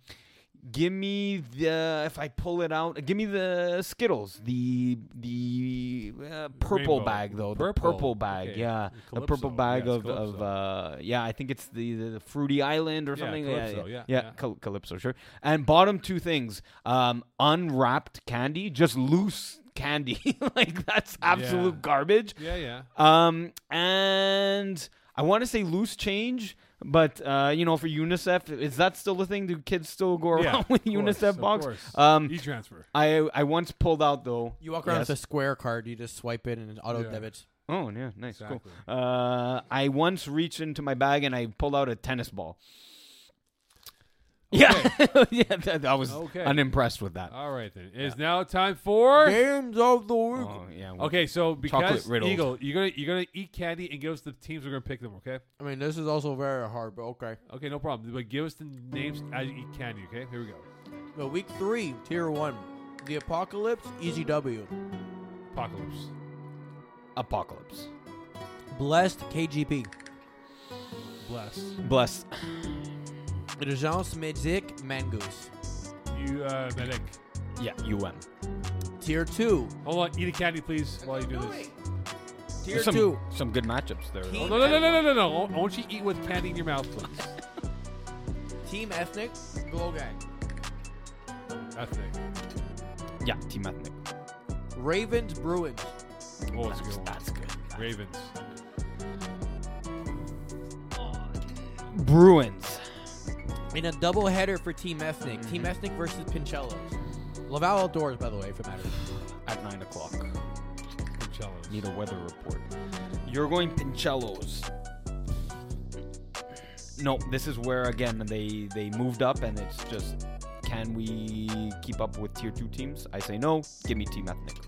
C: give me the if I pull it out. Give me the Skittles, the the uh, purple
B: Rainbow.
C: bag though,
B: Purple,
C: the purple bag.
B: okay.
C: Yeah, the
B: Calypso,
C: purple bag
B: yes,
C: of, of
B: Calypso.
C: uh, yeah. I think it's the, the, the fruity island or
B: Yeah,
C: something.
B: Calypso, yeah,
C: yeah,
B: yeah.
C: Cal- calypso, sure. And bottom two things: um, unwrapped candy, just loose candy, like that's absolute
B: Yeah.
C: garbage.
B: yeah, yeah.
C: Um, and I want to say loose change, but uh, you know, for UNICEF, is that still a thing? Do kids still go around
B: Yeah, of
C: with
B: course,
C: UNICEF
B: of
C: box?
B: course. E
C: Um,
B: E-transfer.
C: I I once pulled out though.
A: You walk around
C: Yes.
A: with a square card. You just swipe it and it auto
B: Yeah.
A: debits.
C: Oh yeah, nice,
B: Exactly.
C: cool. Uh, I once reached into my bag and I pulled out a tennis ball. Yeah, yeah, that, I was
B: Okay.
C: unimpressed with that.
B: All right then. It is now time for.
A: Games of the week.
B: Uh-huh.
C: Oh, yeah. well,
B: Okay, so because
C: riddles.
B: Eagle, you're gonna you're gonna eat candy and give us the teams. We're gonna pick them. Okay.
A: I mean, this is also very hard, but okay.
B: Okay, no problem. But give us the names as you eat candy. Okay. Here we go.
A: So week three, tier one, the apocalypse, easy W,
B: Apocalypse.
C: Apocalypse.
A: blessed KGP,
B: Bless.
C: Bless.
A: Regence Medzik Mangoose.
B: You uh, medic.
C: Yeah, UN.
A: Tier two,
B: Hold on. Eat a candy, please, while you do this.
A: tier
C: some,
A: two,
C: Some good matchups there.
A: Team-
B: Oh, no, no, no, no, no, no, no. I want you to eat with candy in your mouth, please.
A: Team Ethnic, Glow Gang,
B: Ethnic.
C: Yeah, team ethnic.
A: Ravens Bruins,
B: Oh, that's a good one.
C: That's good.
B: Ravens.
C: Bruins.
A: in a double header for Team Ethnic.
B: Mm-hmm.
A: Team Ethnic versus Pincellos. Laval outdoors, by the way, if it matters.
C: at nine o'clock.
B: Pincellos.
C: Need a weather report. You're going Pincellos. No, this is where again they they moved up, and it's just can we keep up with tier two teams? I say no. Give me team ethnic.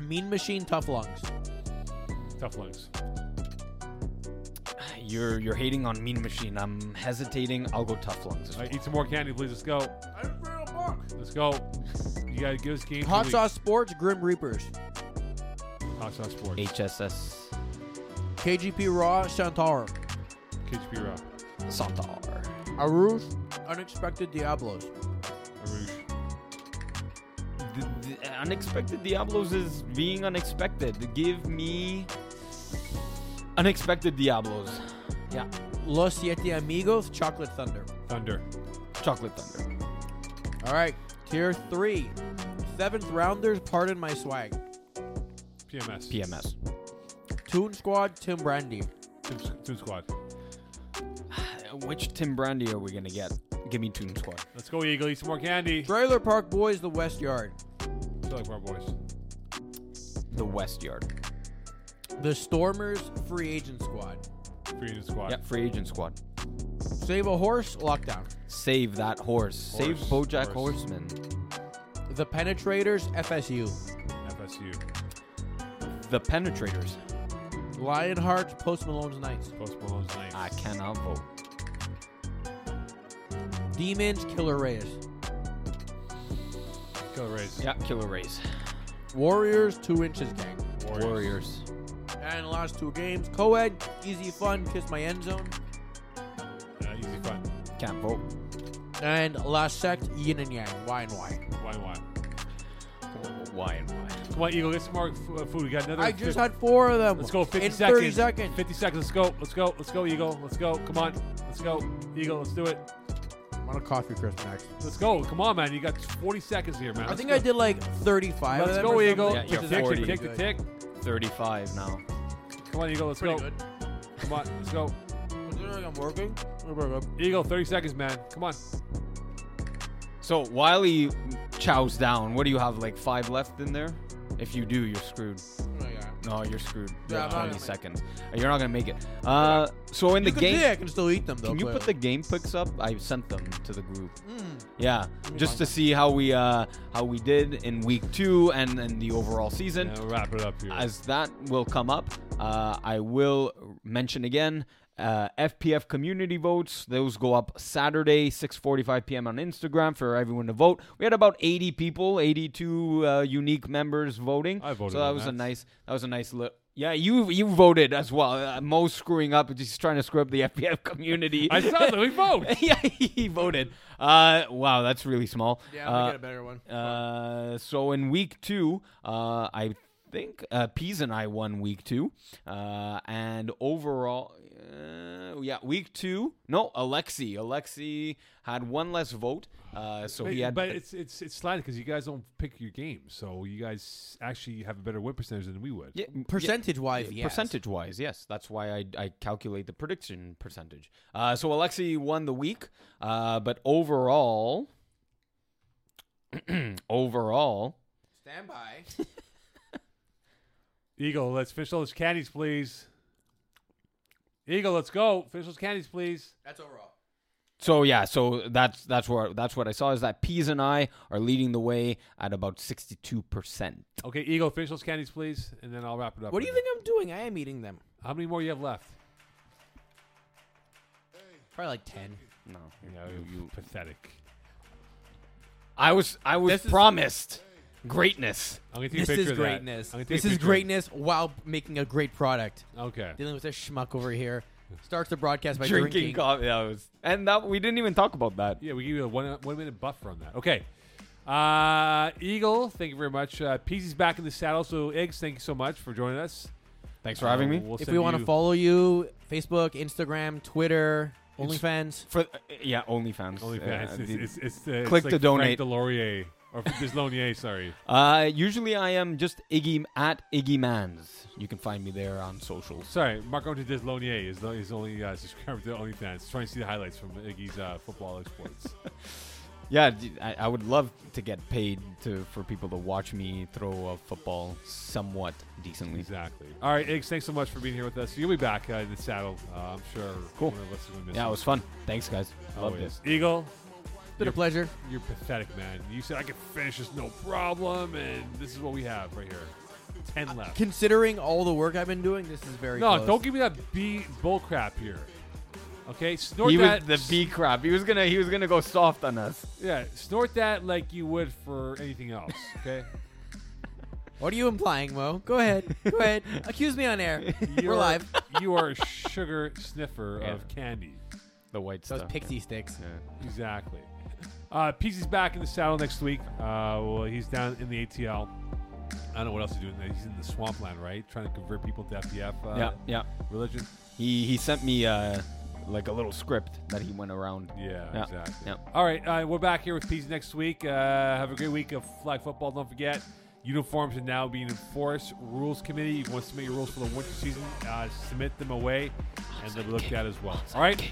A: Mean Machine Tough Lungs,
B: Tough lungs.
C: You're you're hating on Mean Machine. I'm hesitating. I'll go tough lungs. as
B: All right, eat some more candy, please. Let's go. Let's go. You gotta give us game.
A: Hot Sauce Sports, Grim Reapers,
B: Hot sauce
C: well.
B: sports.
C: HSS
A: KGP Raw, Shantar,
B: KGP Raw.
C: Santar.
A: Arush, Unexpected Diablos.
B: Arush.
C: The, the unexpected Diablos is being unexpected. Give me unexpected Diablos. Yeah.
A: Los Siete Amigos, Chocolate Thunder.
B: Thunder.
C: Chocolate Thunder.
A: All right, tier three, seventh rounders, pardon my swag.
B: PMS.
C: PMS.
A: Toon Squad, Tim Brandy.
B: Team, team Squad.
C: Which Tim Brandy are we gonna get? Give me Toon Squad.
B: Let's go, Eagle. Eat some more candy.
A: Trailer Park Boys, The West Yard.
B: Feel like we're boys.
C: The West Yard.
A: The Stormers, Free Agent Squad.
B: Free agent squad.
C: Yeah, free agent squad.
A: Save a horse, lockdown.
C: Save that horse. Save
B: Horse,
C: Bojack
B: horse.
C: Horseman.
A: The penetrators, FSU.
B: FSU.
C: The Penetrators.
A: Lionheart, Post Malone's Knights.
B: Post Malone's Knights.
C: I cannot vote.
A: Demons, Killer Reyes.
B: Go Rays.
C: Yeah, Killer Rays.
A: Warriors, Two Inches Gang.
B: Warriors.
C: Warriors.
A: And last two games, co-ed, easy fun, kiss my end zone.
B: Uh, easy fun.
C: Can't vote.
A: And last sect, yin and yang, why and why.
B: Why, why?
C: Why and why?
B: Come on, Eagle. Get some more f- uh, food. We got another.
A: I just
B: fif-
A: had four of them.
B: Let's go. 50
A: in
B: seconds.
A: 30 seconds.
B: 50 seconds. Let's go. Let's go. Let's go, Eagle. Let's go. Come on. Let's go, Eagle. Let's do it.
A: I'm on a coffee crisp next.
B: Let's go. Come on, man. You got 40 seconds here, man.
A: I
B: Let's
A: think
B: go.
A: I did like 35
B: Let's
A: of them
B: go,
A: or
B: Eagle.
A: something,
C: Yeah,
A: which
C: you're
A: is
B: tick,
A: actually
B: tick,
C: 40.
B: tick,
A: good.
B: the tick.
C: 35 now.
B: Come on, Eagle. Let's
A: Pretty
B: go.
A: good.
B: Come on. Let's go.
A: Considering I'm working, I'm pretty good.
B: Eagle, 30 seconds, man. Come on.
C: So while he chows down, what do you have? Like five left in there? If you do, you're screwed.
A: Oh, yeah.
C: No, you're screwed.
A: Yeah, I'm not
C: 20
A: gonna make it.
C: seconds. You're not gonna make it. Uh, so in
A: You
C: the
A: can see
C: game,
A: I can still eat them though.
C: can you put the
A: clearly.
C: game picks up? I sent them to the group.
B: Hmm.
A: Mm.
C: Yeah,
A: Give me
C: just
A: mine.
C: to see how we uh, how we did in week two and and the overall season.
B: Yeah, we'll wrap it up here.
C: As that will come up, uh, I will mention again uh, FPF community votes. Those go up Saturday, 6:45 p.m. on Instagram for everyone to vote. We had about 80 people, 82 uh, unique members voting.
B: I voted
C: So that
B: on
C: was a
B: that.
C: nice. That was a nice look. Yeah, you you voted as well. Uh, Mo's screwing up. He's trying to screw up the FPF community.
B: I saw that. We vote.
C: yeah, he voted. Uh, wow, that's really small.
A: Yeah, I'm gonna
C: Uh,
A: get a better one.
C: uh, so in week two, uh, I think uh, Pease and I won week two, uh, and overall, uh, yeah, week two. No, Alexi, Alexi had one less vote, uh, so
B: But,
C: he had.
B: but it's it's it's slanted because you guys don't pick your game, so you guys actually have a better win percentage than we would.
C: Yeah, yeah.
A: Percentage wise, yes.
C: Percentage wise, yes. That's why I, I calculate the prediction percentage. Uh, so Alexi won the week, uh, but overall, overall,
A: Stand by.
B: Eagle, let's finish those candies, please. Eagle, let's go. Finish those candies, please.
A: That's overall.
C: So yeah, so that's that's where that's what I saw is that Peas and I are leading the way at about sixty two percent.
B: Okay, Eagle, finish those candies, please, and then I'll wrap it up.
A: What do you think I'm doing? I am eating them.
B: How many more you have left?
A: Probably like 10.
C: No,
B: No, you pathetic.
C: I was I was
A: This is-
C: promised greatness.
B: I'm gonna take
A: This
B: a picture
A: is
B: of that.
A: greatness.
B: I'm gonna take
A: This
B: a
A: is
B: picture.
A: greatness while making a great product.
B: Okay.
A: Dealing with this schmuck over here. Starts the broadcast by
C: drinking,
A: drinking.
C: coffee, that was, and that we didn't even talk about that.
B: Yeah, we give you a one one minute buffer on that. Okay. Uh, Eagle, thank you very much. Uh, Peasy's back in the saddle, so Eggs, thank you so much for joining us.
C: Thanks for having
B: Uh,
C: me.
B: we'll
A: if
B: send
A: we want to
B: you-
A: follow you, Facebook, Instagram, Twitter, OnlyFans.
C: For uh, yeah, OnlyFans.
B: OnlyFans. it's,
C: Uh, the-
B: it's, it's, uh, it's
C: click
B: like
C: to donate.
B: Frank Delorier or Deslaurier, sorry.
C: Uh, usually I am just Iggy at Iggy Mans. You can find me there on socials.
B: Sorry, Marc Andre Deslaurier is the, is only uh, subscriber to OnlyFans. Trying to see the highlights from Iggy's uh, football exploits.
C: Yeah, d- I, I would love to get paid to for people to watch me throw a football somewhat decently.
B: exactly. All right, Iggs, thanks so much for being here with us. You'll be back uh, in the saddle, uh, I'm sure.
C: Cool.
B: One of us is gonna miss
C: Yeah,
B: you.
C: it was fun. Thanks, guys. Love
B: Always.
C: this.
B: Eagle,
A: Been a pleasure.
B: You're pathetic, man. You said I can finish this no problem, and this is what we have right here. Ten left.
A: Considering all the work I've been doing, this is very
B: no,
A: close.
B: don't give me that B bull crap here. Okay, snort
C: he
B: that.
C: was the B crap. He was gonna he was gonna go soft on us.
B: Yeah, snort that like you would for anything else. Okay,
A: What are you implying, Mo? Go ahead. Go ahead. Accuse me on air.
B: You
A: We're
B: are-
A: live.
B: You are a sugar sniffer
C: Yeah.
B: of candy.
C: The white
A: Those
C: stuff.
A: pixie sticks.
C: Yeah.
B: Exactly. Uh, Peasy's back in the saddle next week. Uh, well, he's down in the ATL. I don't know what else he's doing. there. He's in the swampland, right? Trying to convert people to FDF uh,
C: yeah, yeah.
B: religion.
C: He he sent me uh like a little script that he went around.
B: Yeah,
C: Yeah,
B: exactly.
C: yeah.
B: All right, uh, we're back here with Peas next week. Uh, have a great week of flag football. Don't forget, uniforms are now being enforced. Rules committee, you want to submit your rules for the winter season, uh, submit them away, and they'll be looked at as well. All right?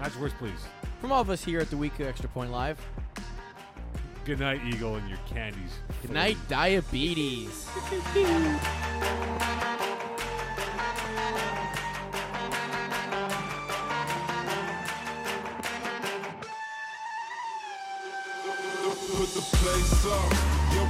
B: Magic words, please.
A: From all of us here at the Week Extra Point Live,
B: Good night, Eagle, and your candies.
A: good night, diabetes.
F: the place up. Yo,